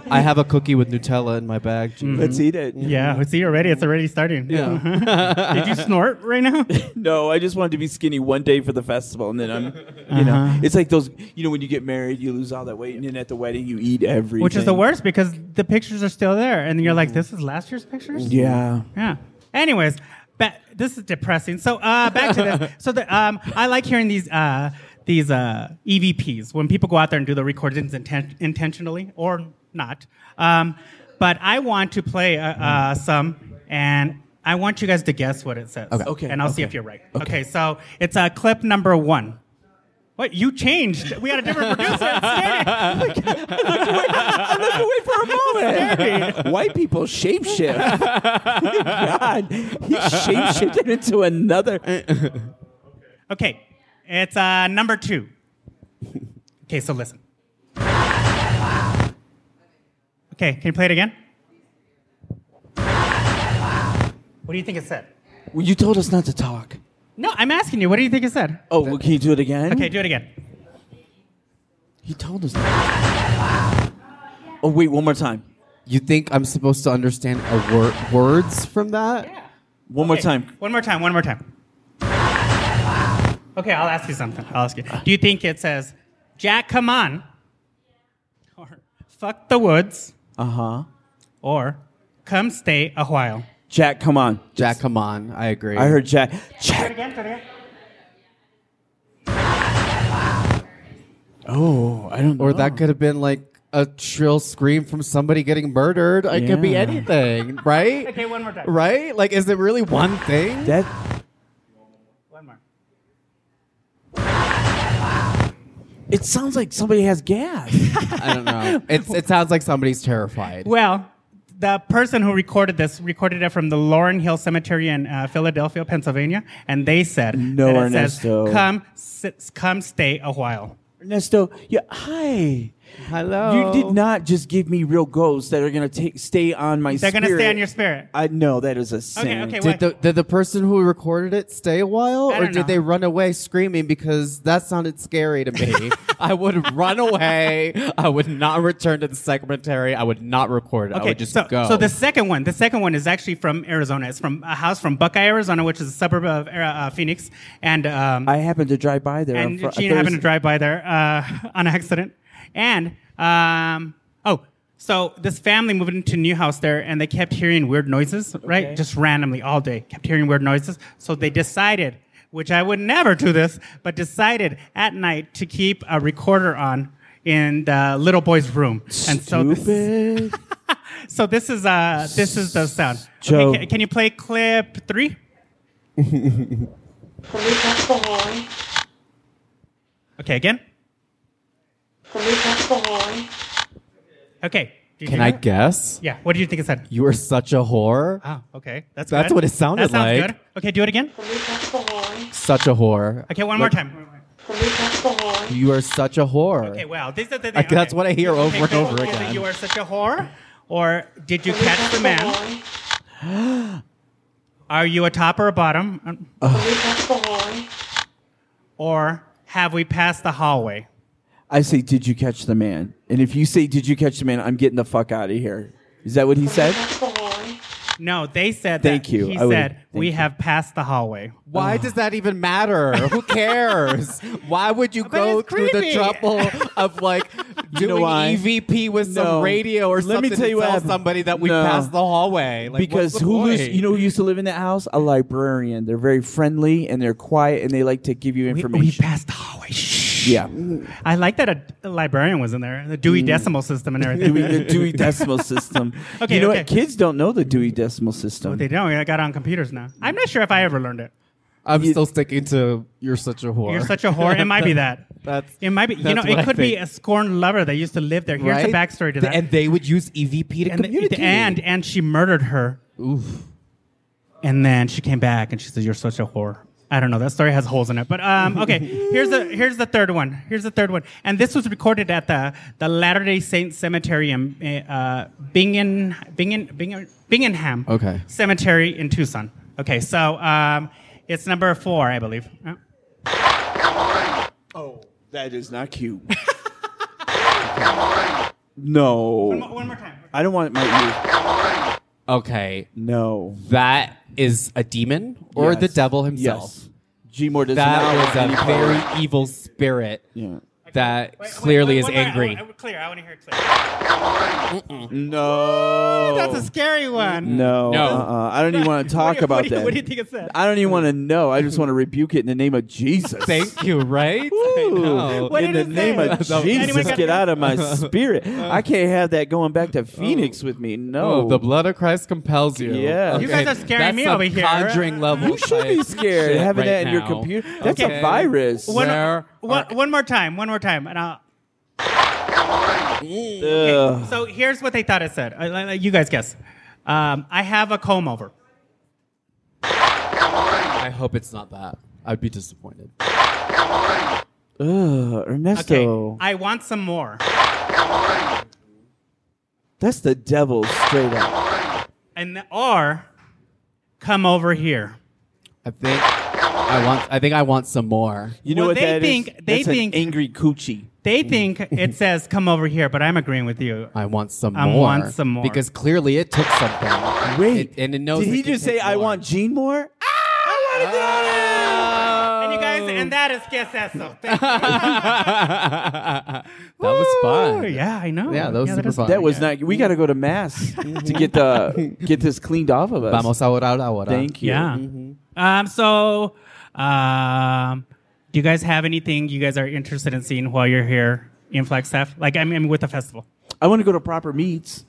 S6: I have a cookie with Nutella in my bag.
S2: Mm-hmm.
S5: Let's eat it.
S2: Yeah, we see already.
S5: Mm.
S2: It's already starting. Uh-huh.
S4: Yeah.
S2: Did you snort right now?
S5: No, I just wanted to be skinny one day for the festival, and then I'm, you know, it's like those, you know, when you get married, you lose all that weight, and then at the wedding, you eat everything. Mm.
S2: Which is the worst because the pictures are still there, and you're like, "This is last year's pictures."
S5: Yeah.
S2: Yeah. Anyways, ba- this is depressing. So uh, back to this. So the, um, I like hearing these uh, these uh, EVPs when people go out there and do the recordings inten- intentionally or not. Um, but I want to play uh, uh, some, and I want you guys to guess what it says. Okay.
S5: Okay.
S2: And I'll see if you're right. Okay. so it's uh, clip number one. What you changed? We had a different producer. It's
S5: I looked away for a moment. White people shapeshift. God, he shapeshifted into another.
S2: Okay, it's uh, number two. Okay, so listen. Okay, can you play it again? What do you think it said?
S5: Well, you told us not to talk.
S2: No, I'm asking you. What do you think it said?
S5: Oh, well, can you do it again?
S2: Okay, do it again.
S5: He told us. Not to. Oh wait, one more time.
S4: You think I'm supposed to understand a wor- words from that?
S5: One more
S2: Okay,
S5: time.
S2: One more time. One more time. Okay, I'll ask you something. I'll ask you. Do you think it says, "Jack, come on," or "Fuck the woods,"
S5: Uh huh.
S2: or "Come stay a while"?
S5: Jack, come on.
S4: Jack, come on. I agree.
S5: I heard Jack.
S2: Do it
S5: Jack.
S2: again. Do it again.
S5: Oh, I don't. know.
S4: Or that could have been like a shrill scream from somebody getting murdered. It could be
S5: Yeah.
S4: anything, right?
S2: Okay, one more time.
S4: Right? Like, is it really one thing?
S5: That
S2: One more.
S5: It sounds like somebody has gas.
S4: I don't know. It's, it sounds like somebody's terrified.
S2: Well, the person who recorded this recorded it from the Lauren Hill Cemetery in uh, Philadelphia, Pennsylvania, and they said,
S5: No,
S2: that it says,
S5: Ernesto.
S2: "Come, sit, come, stay a while."
S5: Ernesto, yeah, hi.
S2: Oh.
S4: Hello.
S5: You did not just give me real ghosts that are gonna take stay on my.
S2: They're
S5: spirit.
S2: gonna stay on your spirit.
S5: I know that is a sin.
S2: okay,
S4: Did
S2: Why?
S4: the, did the person who recorded it stay a while,
S2: I
S4: or
S2: don't
S4: did
S2: know.
S4: they run away screaming because that sounded scary to me? I would run away. I would not return to the secretary. I would not record it. I would just
S2: so,
S4: go.
S2: so the second one, the second one is actually from Arizona. It's from a house from Buckeye, Arizona, which is a suburb of uh, uh, Phoenix, and um,
S5: I happened to drive by there. on
S2: and
S5: Fri-
S2: she happened
S5: Thursday.
S2: to drive by there uh, on accident. And um, oh, so this family moved into a new house there, and they kept hearing weird noises, right?
S5: Okay.
S2: Just randomly all day, kept hearing weird noises. So they decided, which I would never do this, but decided at night to keep a recorder on in the little boy's room. And so this,
S5: Stupid.
S2: so this is uh this is the sound.
S5: Joe.
S2: Okay, can, can you play clip three?
S8: Police up the Haley.
S2: Okay, again.
S8: Police up the Haley.
S2: Okay. Did you
S4: Can
S2: hear
S4: I
S2: it?
S4: guess?
S2: Yeah. What do you think it said?
S4: You are such a whore.
S2: Oh, okay. That's
S4: That's
S2: good.
S4: what it
S2: that
S4: sounded
S2: sounds
S4: like.
S2: Good. Okay, do it again.
S8: Police up the Haley.
S4: Such a whore.
S2: Okay, one more time.
S8: Police up the Haley.
S4: You are such a whore.
S2: Okay, wow. This is the thing.
S4: Okay, that's what I hear over and
S2: good.
S4: over
S2: Is it
S4: again.
S2: You are such a whore, or did you
S8: Police
S2: catch
S8: up
S2: the man?
S8: Haley.
S2: Are you a top or a bottom,
S8: Police up the Haley.
S2: or have we passed the hallway?
S5: I say, did you catch the man? And if you say, did you catch the man? I'm getting the fuck out of here. Is that what he said?
S8: Police up the Haley.
S2: No, they said.
S5: Thank
S2: that.
S5: you.
S2: He
S5: I would've-
S2: said
S5: thank
S2: we
S5: you.
S2: have passed the hallway.
S4: Why does that even matter? Who cares? why would you go
S2: it's
S4: through the
S2: creepy.
S4: trouble of like doing
S5: know why?
S4: EVP with
S5: No.
S4: some radio or
S5: Let
S4: something
S5: me tell
S4: to
S5: you what
S4: tell
S5: happened.
S4: somebody that we
S5: No.
S4: passed the hallway? Like,
S5: because
S4: what's the
S5: who used,
S4: point?
S5: you know who used to live in that house? A librarian. They're very friendly and they're quiet and they like to give you
S2: We,
S5: information.
S2: we passed the hallway. Shh.
S5: yeah.
S2: I like that a, a librarian was in there. The
S4: Mm.
S2: Dewey Decimal System and everything.
S5: Dewey, the Dewey Decimal System.
S2: Okay,
S5: you know
S2: okay.
S5: what? Kids don't know the Dewey Decimal System.
S2: they don't. I got it on computers now. I'm not sure if I ever learned it.
S4: I'm still sticking to you're such a whore.
S2: You're such a whore. It might be that.
S4: That's-
S2: it might be. You
S4: that's
S2: know,
S4: what
S2: it
S4: I
S2: could be
S4: think.
S2: a scorned lover that used to live there. Here's the backstory to that.
S4: And they would use EVP to
S2: and,
S4: communicate.
S2: and and she murdered her.
S4: Oof.
S2: And then she came back and she said, "You're such a whore." I don't know. That story has holes in it. But um, okay, here's the here's the third one. Here's the third one. And this was recorded at the the Latter Day Saint Cemetery in uh, Bingen, Bingen, Bingen, Bingenham
S4: Okay.
S2: Cemetery in Tucson. Okay, so um, it's number four, I believe. Uh,
S5: That is not cute. no.
S2: One more time.
S5: I don't want my.
S4: Okay.
S5: No.
S4: That is a demon or
S5: Yes.
S4: the devil himself.
S5: Yes. G Moore does not want
S4: That
S5: any
S4: is a
S5: part of it.
S4: very evil spirit
S5: Yeah.
S4: that
S2: Wait, wait,
S4: clearly
S2: wait,
S4: is
S2: one more. I-
S4: angry.
S2: I- clear. I want to hear it clear.
S5: No.
S2: That's a scary one.
S5: Oh. No,
S4: No.
S5: Uh-uh. I don't even want to
S2: What
S5: talk
S2: do you-
S5: about
S2: what do you-
S5: that.
S2: What do you think it said?
S5: I don't even want to know. I just want to rebuke it in the name of Jesus.
S4: Thank you, right? I know.
S2: What
S5: in
S2: did
S5: the
S2: it
S5: name
S2: say?
S5: of
S2: Anyone
S5: Jesus,
S2: got-
S5: get out of my spirit. I can't have that going back to Phoenix with me. No,
S4: Oh, the blood of Christ compels you.
S5: Yeah. You
S2: guys are scaring
S4: That's
S2: me
S4: some
S2: over here.
S4: Conjuring level.
S5: you should be
S4: type
S5: scared
S4: shit
S5: having
S4: right
S5: that in your
S4: now.
S5: computer. That's
S2: Okay.
S5: a virus.
S2: One,
S4: Where
S2: one,
S4: are-
S2: one more time. One more time. And I'll,
S5: Ugh.
S2: so here's what they thought it said. Uh, let- let you guys guess. Um, I have a comb over.
S4: I hope it's not that. I'd be disappointed.
S5: Ugh,
S2: Okay.
S5: Uh, Ernesto,
S2: I want some more.
S5: that's the devil straight up.
S2: And the- or come over here.
S4: I think I want. I think I want some more.
S5: You know
S2: Well,
S5: what
S2: they
S5: that is?
S2: think- they
S5: That's an
S2: think-
S5: angry coochie.
S2: They think it says come over here, but I'm agreeing with you.
S4: I want some
S2: I
S4: more.
S2: want some more.
S4: Because clearly it took something.
S5: Wait,
S4: It- and it knows
S5: did
S4: it
S5: he
S4: can
S5: just
S4: take
S5: say I
S4: more."
S5: want Gene Moore?
S4: Oh.
S2: And you guys, and that is guess that's something.
S4: that was fun.
S2: yeah, I know.
S4: Yeah, that was super
S2: is-
S4: fun.
S5: That was not. We got to go to mass to get the get this cleaned off of us.
S4: Vamos a orar ahora.
S5: Thank you.
S2: Yeah.
S4: Mm-hmm.
S2: Um, so, um, do you guys have anything you guys are interested in seeing while you're here in Flagstaff? Like, I mean, with the festival.
S5: I want to go to proper meats.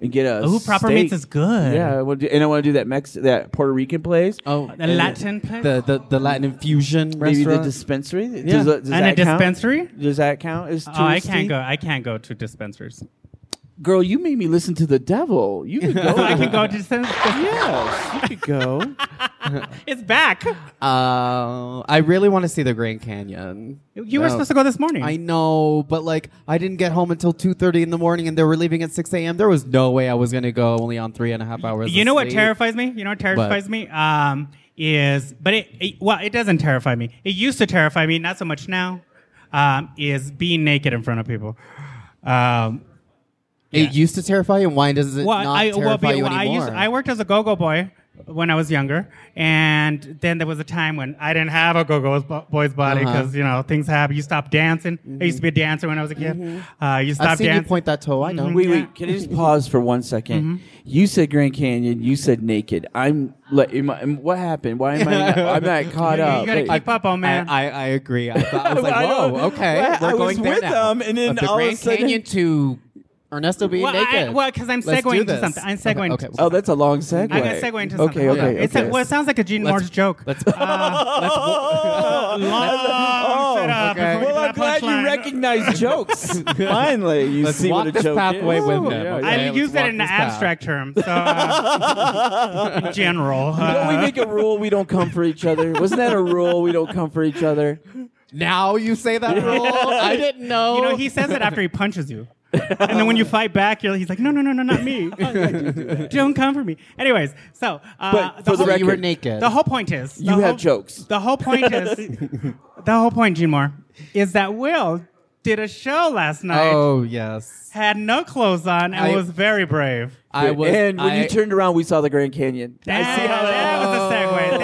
S5: and get a.
S2: Ooh, proper
S5: steak.
S2: meats is good.
S5: Yeah, I wanna do, and I want to do that Mex that Puerto Rican place.
S4: Oh,
S2: The Latin place.
S4: the, the the Latin infusion
S5: Maybe
S4: restaurant.
S5: the dispensary.
S4: Yeah.
S5: Does, that- does
S2: and a
S5: that count?
S2: dispensary?
S5: Does that count as touristy?
S2: Oh, I can't go. I can't go to dispensaries.
S5: Girl, you made me listen to the devil. You could go.
S2: Oh, I can go to dispensaries.
S5: Yes, you could go.
S2: It's back.
S4: Uh, I really want to see the Grand Canyon.
S2: You were
S4: No.
S2: supposed to go this morning.
S4: I know, but like I didn't get home until two thirty in the morning, and they were leaving at six a.m. There was no way I was gonna go only on three and a half hours.
S2: you
S4: of
S2: know what
S4: sleep.
S2: terrifies me? You know what terrifies me? Um, is but it, it- well, it doesn't terrify me. It used to terrify me, not so much now. Um, is being naked in front of people. Um,
S4: It used to terrify you, and why does it
S2: well,
S4: not
S2: I,
S4: terrify
S2: well, be-
S4: you
S2: well, I,
S4: anymore?
S2: used, I worked as a go-go boy when I was younger, and then there was a time when I didn't have a go-go bo- boy's body
S4: Uh-huh.
S2: because you know things happen. You stop dancing. I used to be a dancer when I was a kid. Uh, you stop
S4: have Mm-hmm. seen
S2: dancing.
S4: you point that toe. I know.
S2: Mm-hmm.
S5: Wait, wait. Can I just pause for one second? You said Grand Canyon. You said naked. I'm like, am I- am- what happened? Why am I? Not, I'm not caught
S2: You- you
S5: up.
S2: gotta
S5: Wait.
S2: keep up on Oh,
S4: I,
S2: man.
S4: I, I agree. I, thought, I was like,
S5: I
S4: whoa,
S5: don't-
S4: okay,
S5: Well,
S4: we're
S5: I was
S4: going there
S5: with
S4: now.
S5: them, and then
S4: Of the
S5: all of a
S4: Grand
S5: sudden-
S4: Canyon to Ernesto being
S2: well,
S4: naked.
S2: I, well, because I'm
S4: Let's do
S2: segueing to
S4: this.
S2: something. I'm
S4: Okay,
S2: segueing.
S4: Okay,
S2: to
S5: Oh, that's a long segue.
S2: I'm gonna segue into something.
S5: okay, okay, okay.
S2: It's a, well, it sounds like a Gene
S4: Let's-
S2: Moore's joke.
S4: let's-
S2: Uh,
S4: let's,
S2: long setup
S4: Oh, okay.
S2: before we get to
S5: Oh, Well, I'm glad
S2: that punchline.
S5: you recognize jokes. Finally, you
S4: Let's
S5: see
S4: walk
S5: what a
S4: this
S5: joke
S4: pathway
S5: is.
S4: with
S5: Ooh,
S4: them.
S5: yeah,
S4: Okay,
S2: I
S5: yeah.
S4: let's
S2: use that
S4: walk
S2: in an
S4: this path.
S2: abstract term. So, uh, in general.
S5: Don't we
S2: uh,
S5: make a rule we don't come for each other? Wasn't that a rule we don't come for each other?
S4: Now you say that rule. I didn't know.
S2: You know, he says it after he punches you. and then when you fight back, you're, he's like, no, no, no, no, not
S4: Oh,
S2: me. Don't come for me. Anyways, so. Uh,
S5: But for the
S4: so
S2: whole-
S4: you were
S5: record,
S4: naked.
S2: The whole point is the
S5: You
S2: whole,
S5: have jokes.
S2: The whole point is the whole point, Gene Moore, is that Will did a show last night,
S4: oh yes,
S2: had no clothes on, and
S4: I-
S2: was very brave.
S4: I was.
S5: and when
S4: I,
S5: you turned around, we saw the Grand Canyon.
S2: That, that was a segue.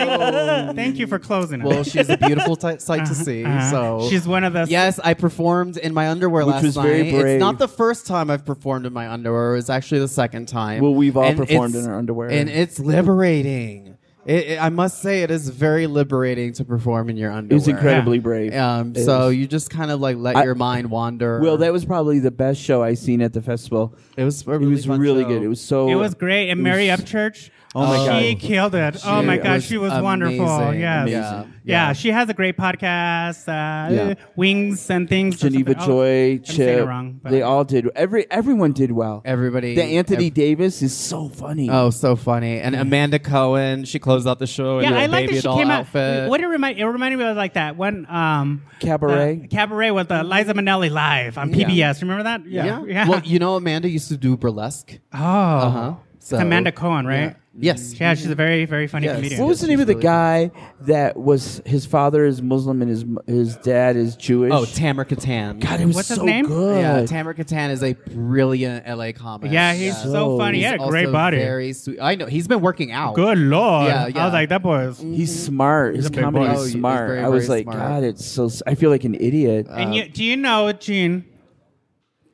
S2: Thank, thank you for closing it.
S4: well, she's a beautiful t- sight to see.
S2: Uh-huh.
S4: So
S2: she's one of the
S4: Yes, I performed in my underwear
S5: Which
S4: last
S5: was
S4: night.
S5: very brave.
S4: It's not the first time I've performed in my underwear. It was actually the second time.
S5: Well, we've all
S4: And
S5: performed
S4: it's-
S5: in our underwear.
S4: and it's liberating. It, it- I must say, it is very liberating to perform in your
S5: It
S4: underwear.
S5: was incredibly brave.
S4: Um,
S5: It
S4: so
S5: was-
S4: you just kind of like let
S5: I-
S4: your mind wander.
S5: Well, that was probably the best show I seen at the festival.
S4: it was. A
S5: It
S4: really
S5: was
S4: fun
S5: really
S4: show.
S5: good. It was so.
S4: Oh,
S2: It was great. And Mary
S5: was-
S2: Upchurch,
S5: Oh my God.
S2: she killed it. oh my
S5: She
S2: God,
S4: was
S2: she was
S4: amazing,
S2: wonderful. Yes.
S4: amazing.
S2: Yeah.
S4: Yeah,
S2: yeah,
S4: yeah.
S2: she has a great podcast, uh,
S5: Yeah.
S2: Wings and Things. or
S5: Geneva
S2: something. Oh,
S5: Joy,
S2: I'm saying it
S5: Chip.
S2: wrong, but-
S5: they all did. Every everyone did well.
S4: Everybody.
S5: the Anthony
S4: ev-
S5: Davis is so funny.
S4: oh, so funny. And Amanda Cohen. She closed out the show. in
S2: Yeah,
S4: a
S2: I like
S4: baby
S2: that she
S4: doll
S2: came
S4: outfit.
S2: out. What it remind it reminded me of like that one um,
S5: Cabaret?
S2: uh, cabaret with uh, Liza Minnelli live on PBS. Remember that?
S4: Yeah. Well, you know, Amanda used to do burlesque.
S2: oh, uh-huh.
S4: Uh-huh. So-
S2: Amanda Cohen, right?
S4: Yes. Mm-hmm.
S2: Yeah, she's a very very funny
S4: Yes.
S2: comedian.
S5: what was the name of the
S4: She's
S5: guy that was his father is Muslim and his his dad is Jewish?
S4: Oh, Tamara Katan.
S5: God, it was
S2: What's his
S5: so
S2: name?
S5: good.
S4: Yeah, Tamara Katan is a brilliant LA comic.
S2: yeah, he's
S4: Yes.
S2: so funny. He
S4: He's
S2: had a great
S4: also
S2: body.
S4: Very sweet. I know he's been working out.
S2: Good lord!
S4: Yeah,
S2: I
S4: yeah.
S2: was like, that boy is
S5: He's smart. His
S2: a big
S5: comedy
S2: boy.
S5: is
S4: Oh, he's
S5: smart.
S4: very,
S5: I was
S4: very
S5: like,
S4: smart. Uh,
S5: God, it's so. s- I feel like an idiot.
S2: And you, do you know, Gene,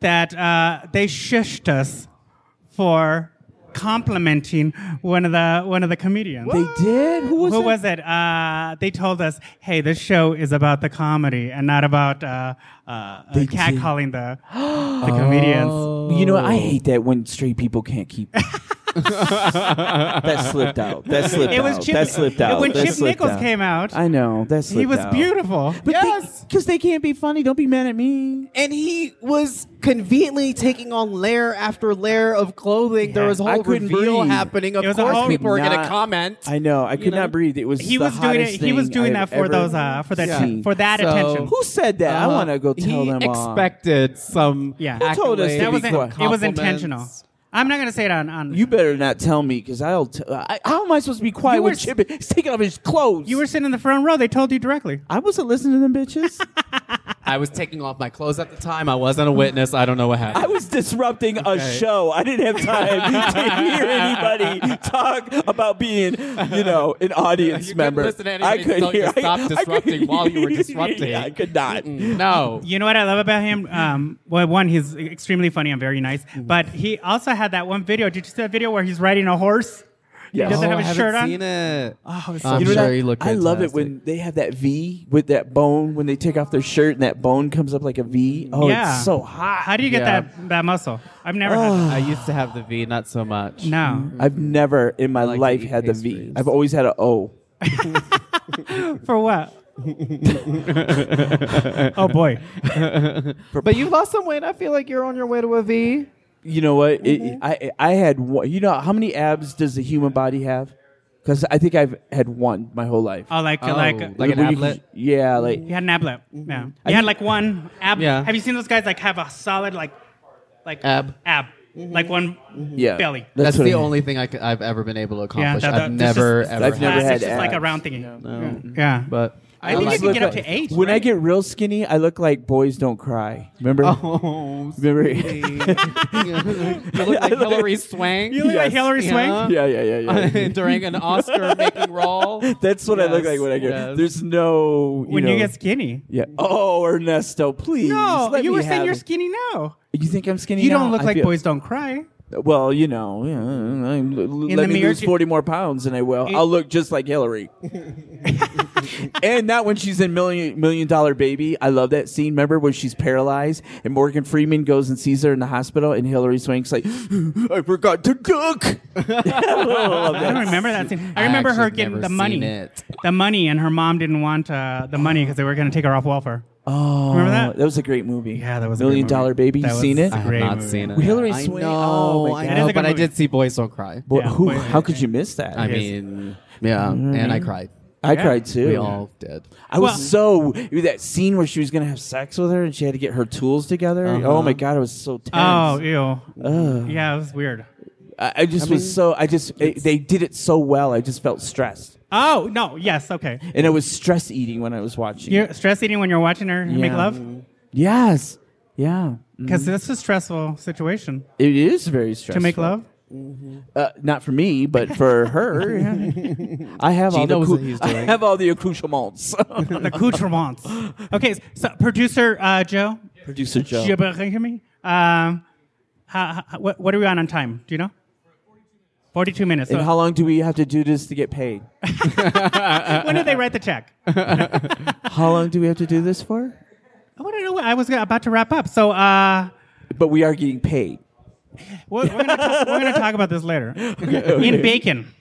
S2: that uh, they shushed us for complimenting one of the one of the comedians?
S5: they did. Who was
S2: Who
S5: it?
S2: was it? Uh, they told us, "Hey, this show is about the comedy and not about uh, uh, uh,
S5: They did.
S2: catcalling the the comedians."
S5: You know, what? I hate that when straight people can't keep. that slipped out. That slipped
S2: It was
S5: out.
S2: Chip-
S5: that slipped out.
S2: when
S5: That
S2: Chip
S5: slipped
S2: Nichols
S5: out.
S2: came out,
S5: I know. That slipped
S2: he was
S5: out.
S2: beautiful.
S5: But yes, because they, can't be funny. Don't be mad at me.
S4: And he was conveniently taking on layer after layer of clothing. There was a
S5: I
S4: whole
S5: couldn't
S4: reveal
S5: breathe.
S4: happening. Of
S2: It was a whole-
S4: course, people were going
S5: Not-
S4: to comment.
S5: I know. I could
S4: know?
S5: not breathe. It was.
S2: He
S5: the
S2: was doing it.
S5: hottest
S2: He was
S5: thing
S2: doing
S5: I've
S2: that for
S5: ever
S2: those uh, for that
S5: seen.
S2: for that Uh-huh.
S4: So-
S2: attention.
S5: Who said that? I
S4: Uh,
S5: want to go tell
S4: he
S5: them. off.
S4: expected some.
S2: Yeah. Who
S4: accolades,
S5: told us to
S2: that
S5: be
S2: was
S5: quiet?
S2: it was intentional. I'm not gonna say it on on
S5: You better not tell me, because I'll. T- I, how am I supposed to be quiet
S2: You
S5: when
S2: were-
S5: Chip is taking off his clothes?
S2: You were sitting in the front row. They told you directly.
S5: I wasn't listening to them bitches.
S4: I was taking off my clothes at the time. I wasn't a witness. I don't know what happened.
S5: I was disrupting a show. I didn't have time to hear anybody talk about being, you know, an audience
S4: You couldn't
S5: member.
S4: listen to anybody tell you to stop disrupting while you were disrupting.
S5: I could not.
S4: no.
S2: You know what I love about him? Um, well, one, he's Mm. extremely funny and very nice. But he also had that one video. Did you see that video where he's riding a horse?
S5: Yes.
S2: He doesn't
S4: oh,
S2: have
S4: I
S2: his
S4: haven't
S2: shirt on.
S4: Seen it.
S2: Oh, it's so
S4: I'm
S5: You know
S4: sure
S5: that-
S4: he looked
S5: I love it
S4: fantastic.
S5: when they have that V with that bone when they take off their shirt and that bone comes up like a V. Oh,
S2: Yeah.
S5: it's so hot.
S2: How do you get
S4: Yeah.
S2: that that muscle? I've never had
S4: I used to have the V, not so much.
S2: that. No.
S5: I've never in my
S4: like E to
S5: life
S4: eat
S5: had the V.
S4: pastries.
S5: I've always had a O.
S2: For what? oh boy.
S4: But you've lost some weight. I feel like you're on your way to a V.
S5: You know what? It- I I had one. You know how many abs does the human body have? Because I think I've had one my whole life.
S2: Oh, Mm-hmm. like like
S4: Oh,
S2: like
S4: like
S2: an
S4: an
S5: Where you-
S4: ablet?
S5: Yeah, like
S2: you had an ablet. Yeah. You
S5: I
S2: had
S5: think-
S2: like one ab.
S4: Yeah.
S2: Have you seen those guys like have a solid like like
S4: Ab.
S2: ab like one
S5: yeah,
S2: belly?
S4: That's,
S5: what I
S4: the
S5: had.
S4: only thing I could, I've ever been able to
S2: Yeah.
S4: accomplish.
S2: that- that-
S4: I've
S2: that's
S4: never
S2: just-
S4: ever.
S5: I've never
S2: that's
S5: had
S2: just like a
S5: abs.
S2: round thingy.
S4: No.
S2: Yeah.
S4: But
S2: I think
S5: like-
S2: you can
S5: look
S2: get up
S5: like-
S2: to eight.
S5: When I
S2: right?
S5: get real skinny, I look like boys don't cry. Remember?
S4: Oh,
S5: Remember?
S4: you look like Hillary Swank.
S2: you look like
S5: Yes.
S2: Hillary Swank.
S5: yeah, yeah, yeah, yeah.
S4: during an Oscar-making role.
S5: That's what I look
S4: Yes,
S5: like when I get.
S4: yes.
S5: There's no. You
S2: When
S5: know,
S2: you get skinny.
S5: Yeah. Oh, Ernesto, please.
S2: No,
S5: let
S2: you
S5: me
S2: were saying
S5: have
S2: you're
S5: it.
S2: skinny now.
S5: You think I'm skinny?
S2: You
S5: now?
S2: don't look
S5: I
S2: like
S5: feel-
S2: boys don't cry.
S5: Well, you know, yeah, I- I- let
S2: Mm-hmm. the
S5: me
S2: mirror,
S5: lose
S2: you-
S5: forty more pounds, and I will. I'll look just like Hillary. and not when she's in Million Million Dollar Baby. I love that scene. Remember when she's paralyzed and Morgan Freeman goes and sees her in the hospital, and Hillary Swank's like, "I forgot to cook." Oh,
S2: I don't remember that scene. I remember her
S4: actually
S2: getting
S4: never
S2: the
S4: seen
S2: money,
S4: it.
S2: the money, and her mom didn't want uh, the money because they were going to take her off welfare.
S5: Oh,
S2: Remember that?
S5: was a great movie.
S2: Yeah, that was a great
S5: Million
S2: movie.
S5: Dollar Baby.
S2: That
S5: You
S2: was
S5: seen it?
S2: a
S4: I have
S2: Great
S4: not
S2: movie.
S4: seen it.
S5: Hillary
S4: I
S5: Swank.
S4: know,
S5: Oh my
S4: I
S5: God.
S4: know,
S2: It is a
S4: but
S2: good
S4: I
S2: movie.
S4: did see Boys Don't Cry.
S5: Boy,
S2: Yeah,
S5: who-
S2: boy,
S5: how could
S2: okay.
S5: you miss that?
S4: I
S5: I,
S4: mean, yeah, and I cried.
S5: cried too.
S4: We all did.
S5: I was
S2: Well-
S5: so that scene where she was gonna have sex with her and she had to get her tools together. Oh my god, it was so tense.
S2: Oh, ew. Yeah, it was weird.
S5: I, I just was so. I just it, they did it so well. I just felt stressed,
S2: Oh no, yes, okay.
S5: and I was stress eating when I was watching.
S2: You're
S5: it.
S2: stress eating when you're watching her make
S5: Yeah.
S2: love
S5: Yes, yeah,
S2: because this is a stressful situation
S5: it is very stressful
S2: to make love.
S5: Uh, not for me, but for her. yeah. I have
S4: She
S5: all the
S4: knows
S5: cou-
S4: what he's
S5: I
S4: doing.
S5: have all the accoutrements.
S2: The accoutrements. okay, so producer uh, Joe,
S5: Producer Joe.
S2: you ever hear me? Um, how, how, what, what are we on on time? Do you know? Forty-two minutes.
S5: and
S2: So
S5: how long do we have to do this to get paid?
S2: when did they write the check?
S5: How long do we have to do this for?
S2: I want to know. what- I was gonna- about to wrap up, so uh,
S5: But we are getting paid.
S2: we're, we're gonna talk, we're gonna talk about this later. In bacon.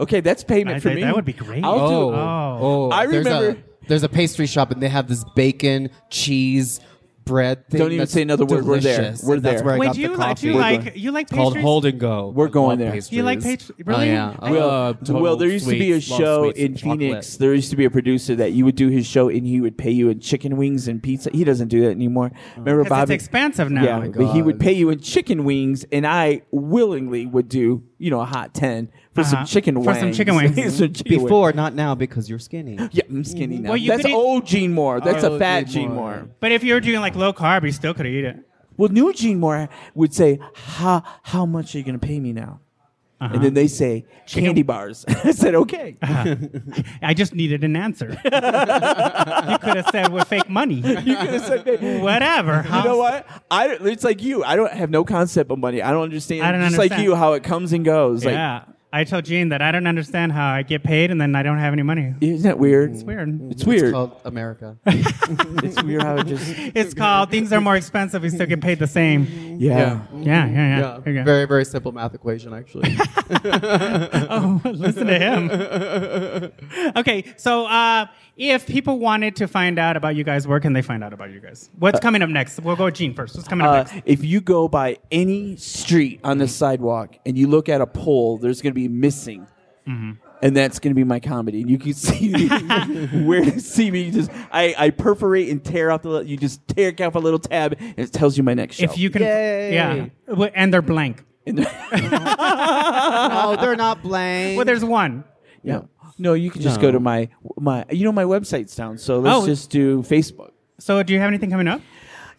S5: Okay, that's payment
S2: I-
S5: for
S2: that-
S5: me.
S2: that would be great.
S5: I'll
S4: Oh,
S5: do.
S4: oh,
S5: I
S4: there's
S5: remember-
S4: A, there's a pastry shop, and they have this bacon, cheese, bread thing.
S5: Don't even
S4: that's
S5: say another word. We're there.
S4: delicious.
S5: We're
S4: That's
S5: there.
S4: where I
S2: Wait,
S4: got
S2: do
S4: the
S2: you like?
S4: coffee.
S2: Do you like? You like pastries?
S4: called Hold and Go.
S5: We're going
S4: Love
S5: there.
S4: pastries.
S2: You like pastry- really?
S4: Oh, yeah.
S2: I-
S5: Well, well, there used to be a show in Phoenix. There used to be a producer that you would do his show and he would pay you in chicken wings and pizza. He doesn't do that anymore. Remember,
S2: Oh. 'Cause it's
S5: Bobby?
S2: expensive now. Oh
S5: yeah, but he would
S4: God.
S5: pay you in chicken wings, and I willingly would do you know a hot ten for
S2: Uh-huh.
S5: some chicken
S2: For
S5: wings.
S2: some chicken wings.
S5: Some chicken wings.
S4: Before, not now, because you're skinny.
S5: Yeah, I'm skinny now.
S2: Well, you
S5: That's
S2: could eat- Oh,
S5: old Gene Moore. That's a
S4: Old
S5: fat
S4: Gene
S5: Gene Moore.
S4: Moore.
S2: But if you're doing like low carb, you still could eat it.
S5: Well, new Gene Moore would say, "How how much are you going to pay me now?"
S2: Uh-huh.
S5: And then they say, "Candy bars." I said, "Okay."
S2: I just needed an answer. you could have said with fake money.
S5: You could have said, "Hey,
S2: Whatever.
S5: You know what? I don't- it's like you. I don't have no concept of money. I don't understand.
S2: I don't
S5: Just like
S2: understand.
S5: you, how it comes and goes. Like,
S2: Yeah. I told Gene that I don't understand how I get paid and then I don't have any money.
S5: isn't that weird? It's
S2: Weird.
S5: It's weird.
S4: It's
S5: It's,
S4: called America.
S5: weird how it just. Yeah.
S2: It's called things are more expensive. We still get paid the same. Yeah, yeah, yeah.
S4: Yeah.
S2: Here you go.
S4: Very, very simple math equation, actually.
S2: Oh, listen to him. okay, so uh, if people wanted to find out about you guys, where can they find out about you guys? What's coming up next? We'll go with Gene first. What's coming up
S5: Uh,
S2: next?
S5: if you go by any street on the sidewalk and you look at a pole, there's going to be missing.
S2: Mm-hmm.
S5: And that's going to be my comedy. And you can see me where to see me. Just I, I perforate and tear off the. li- You just tear off a little tab, and it tells you my next show.
S2: If you can, yeah, Well, and they're blank.
S4: no, they're not blank.
S2: Well, there's one.
S5: Yeah. No, you can just go to my my. You know my website's down, so let's
S2: Oh.
S5: just do Facebook.
S2: So, do you have anything coming up?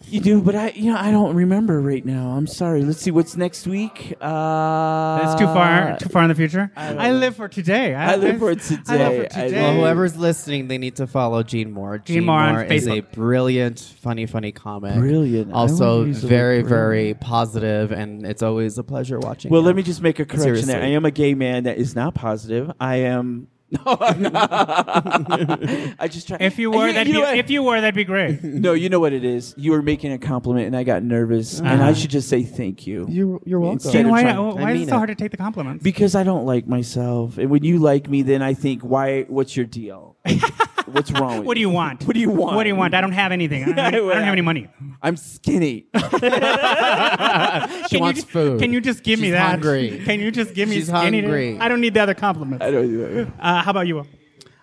S5: You do, but I, you know, I don't remember right now. I'm sorry. Let's see what's next week. Uh,
S2: That's too far, too far in the future.
S5: don't
S2: I, live for today.
S5: I live
S2: I
S5: for
S2: live for
S5: today. I
S2: today.
S5: love-
S4: Well, whoever's listening, they need to follow Gene Moore. Gene,
S2: Moore on
S4: is a
S2: Facebook.
S4: brilliant, funny, funny comic.
S5: Brilliant. I
S4: Also,
S5: wonder if he's a
S4: very,
S5: brilliant.
S4: very positive, and it's always a pleasure watching.
S5: Well,
S4: him.
S5: let me just make a correction there. I
S4: Seriously.
S5: am a gay man that is not positive. I am. No, I'm not. I just try.
S2: If you were,
S5: know
S2: that'd be,
S5: what?
S2: if you were, that'd be great.
S5: no, you know what it is. You were making a compliment, and I got nervous, and I should just say thank you.
S6: You're, you're welcome.
S5: Instead
S2: Gene,
S5: of
S2: why,
S5: trying-
S2: why
S4: I
S2: is
S4: mean
S2: it so
S4: it.
S2: hard to take the compliments?
S5: Because I don't like myself, and when you like me, then I think, why? What's your deal? what's wrong? With
S2: what do you want?
S5: What do you want?
S2: What do you want? I don't have anything. I don't have any, I don't have any money.
S5: I'm skinny.
S4: she
S2: Can you
S4: wants
S2: ju-
S4: food.
S2: Can you just give me
S4: She's
S2: that?
S4: hungry.
S2: Can you just give me?
S4: She's
S2: skinny dip?
S4: hungry.
S2: I don't need the other compliments.
S5: I don't do that.
S2: Uh, how about you? Will?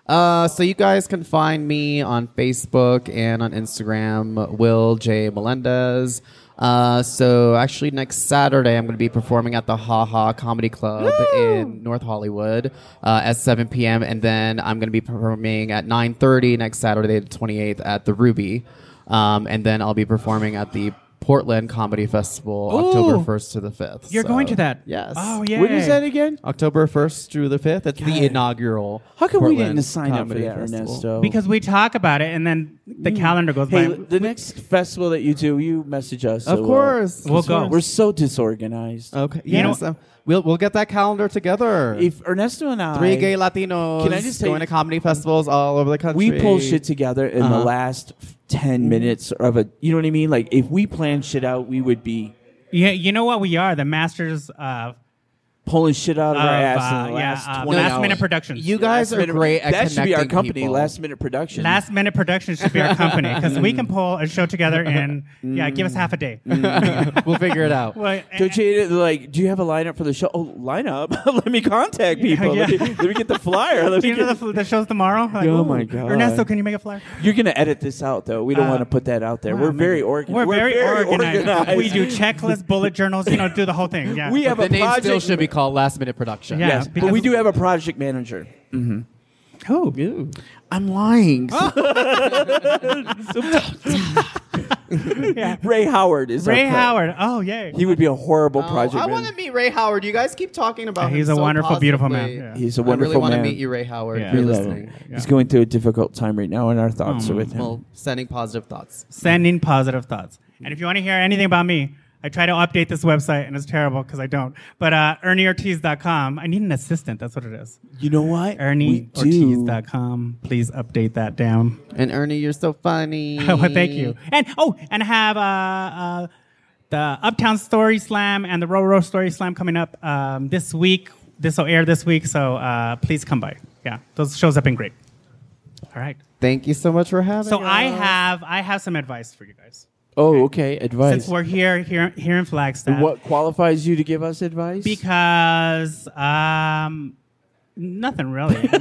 S4: Uh, so you guys can find me on Facebook and on Instagram, Will J Melendez. Uh, so actually, next Saturday I'm going to be performing at the Ha Ha Comedy Club in North Hollywood uh, at 7 p.m. and then I'm going to be performing at 9:30 next Saturday, the 28th, at the Ruby, um, and then I'll be performing at the Portland Comedy Festival
S2: Ooh.
S4: October 1st to the 5th.
S2: You're
S4: So,
S2: going to that?
S4: Yes.
S2: Oh yeah.
S5: When is that again?
S4: October 1st through the 5th. It's the inaugural.
S5: How come we
S4: Portland
S5: didn't sign up for
S4: Comedy
S5: that,
S4: Festival.
S5: Ernesto?
S2: Because we talk about it and then the calendar goes
S5: Mm. hey,
S2: by.
S5: the next festival that you do, you message us. so
S4: Of
S5: we'll-
S4: course.
S2: We'll go.
S5: We're so disorganized.
S4: Okay.
S2: You
S4: Yes.
S2: know-
S4: um, we'll we'll get that calendar together.
S5: If Ernesto and I,
S4: Three gay Latinos.
S5: Can I just
S4: going to
S5: say-
S4: comedy festivals all over the country?
S5: we pull shit together in the
S4: Uh-huh.
S5: last f- ten minutes of a, you know what I mean? Like if we planned shit out, we would be
S2: yeah, you know what we are? The masters of,
S5: pulling shit out of,
S2: Of,
S5: our ass
S2: uh,
S5: in the
S2: yeah,
S5: last
S2: uh,
S5: twenty
S2: last
S5: hours.
S2: minute productions.
S4: You guys
S5: Last
S4: are
S5: minute-
S4: great at
S5: That should be our
S4: connecting
S5: company.
S4: people.
S5: Last minute production.
S2: last minute productions should be our company because we can pull a show together in yeah, give
S4: Mm.
S2: us half a day.
S4: we'll figure it out.
S2: Well,
S5: Go Jada, they're like, do you have a lineup for the show? Oh, lineup. let me contact people.
S2: yeah.
S5: Let, me, let me get the flyer. Let
S2: do
S5: me
S2: you know the,
S5: get-
S2: fl- the show's tomorrow? Like,
S5: Oh
S2: ooh,
S5: my God.
S2: Ernesto, can you make a flyer?
S5: You're gonna edit this out though. We don't
S2: Uh,
S5: want to put that out there.
S2: wow,
S5: we're
S2: man.
S5: very organized.
S2: We're, very, organized. We do checklists, bullet journals, you know, do the whole thing. Yeah.
S5: We have
S4: the
S5: a
S4: name
S5: project.
S4: still should be called Last Minute Production.
S2: Yeah.
S5: yes, but
S2: because-
S5: we do have a project manager. Mm-hmm.
S2: who?
S5: I'm lying. Ray Howard is our
S2: Ray
S5: pro-
S2: Howard. Oh, yay.
S5: He would be a horrible project
S4: Oh, I want
S5: manager.
S4: to meet Ray Howard. You guys keep talking about him.
S2: He's a
S4: so
S2: wonderful, beautiful man.
S4: positively.
S2: Yeah.
S5: He's a wonderful
S4: I really
S5: man.
S4: to meet you, Ray Howard.
S2: Yeah. Hmm.
S4: If you're
S5: We love
S4: listening,
S5: him. He's going through a difficult time right now, and our thoughts are with him.
S4: well, sending positive thoughts.
S2: Send in positive thoughts. And if you want to hear anything about me, I try to update this website and it's terrible because I don't. But uh, ErnieOrtiz.com. I need an assistant. That's what it is.
S5: you know what? we do.
S2: ErnieOrtiz.com. Please update that down.
S4: And Ernie, you're so funny.
S2: well, thank
S4: Mm.
S2: you. And oh, and I have uh, uh, the Uptown Story Slam and the Roro Story Slam coming up um, this week. This will air this week, so uh, please come by. Yeah, those shows have been great. All right.
S4: Thank you so much for having.
S2: So I
S4: us.
S2: have I have some advice for you guys.
S5: Oh, okay. Advice.
S2: Since we're here here here in Flagstaff,
S5: What qualifies you to give us advice?
S2: because um, nothing really. I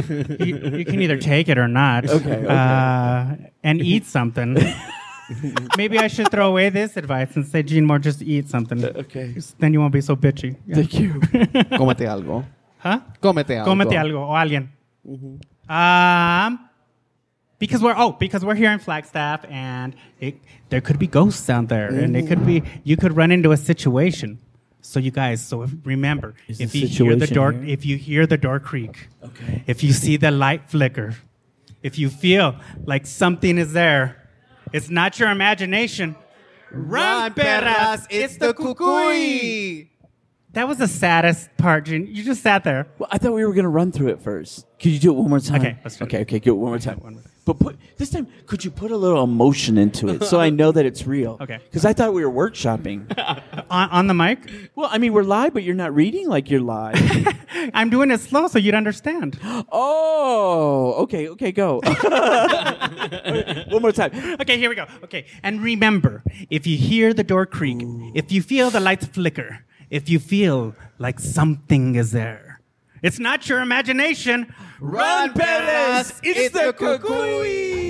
S2: mean, you, you can either take it or not.
S5: Okay, okay.
S2: Uh, and eat something. Maybe I should throw away this advice and say, Gene Moore, just eat something.
S5: Uh, okay.
S2: Then you won't be so bitchy. Yeah.
S5: Thank you.
S4: Cómete algo.
S2: Huh?
S4: Cómete algo.
S2: Cómete algo o alguien. Um, because we're oh, because we're here in Flagstaff, and it, there could be ghosts out there, and it could be you could run into a situation. So you guys, so if, remember,
S5: Is
S2: if
S5: the
S2: you hear the
S5: situation
S2: door,
S5: here?
S2: if you hear the door creak,
S5: Okay.
S2: if you see the light flicker, if you feel like something is there, it's not your imagination. Run, perras! It's the cucuy. That was the saddest part, Gene. You just sat there.
S5: Well, I thought we were going to run through it first. Could you do it one more time?
S2: Okay, let's do it.
S5: Okay, okay, good. One more time.
S2: one more time.
S5: But put, this time, could you put a little emotion into it so I know that it's real?
S2: Okay.
S5: Because I thought we were workshopping.
S2: on, on the mic.
S5: well, I mean, we're live, but you're not reading like you're live.
S2: I'm doing it slow so you'd understand.
S5: oh, okay, okay, go. one more time.
S2: Okay, here we go. Okay, and remember if you hear the door creak, if you feel the lights flicker, if you feel like something is there, it's not your imagination.
S5: Run, Perez! It's, the, the
S4: cuckoo.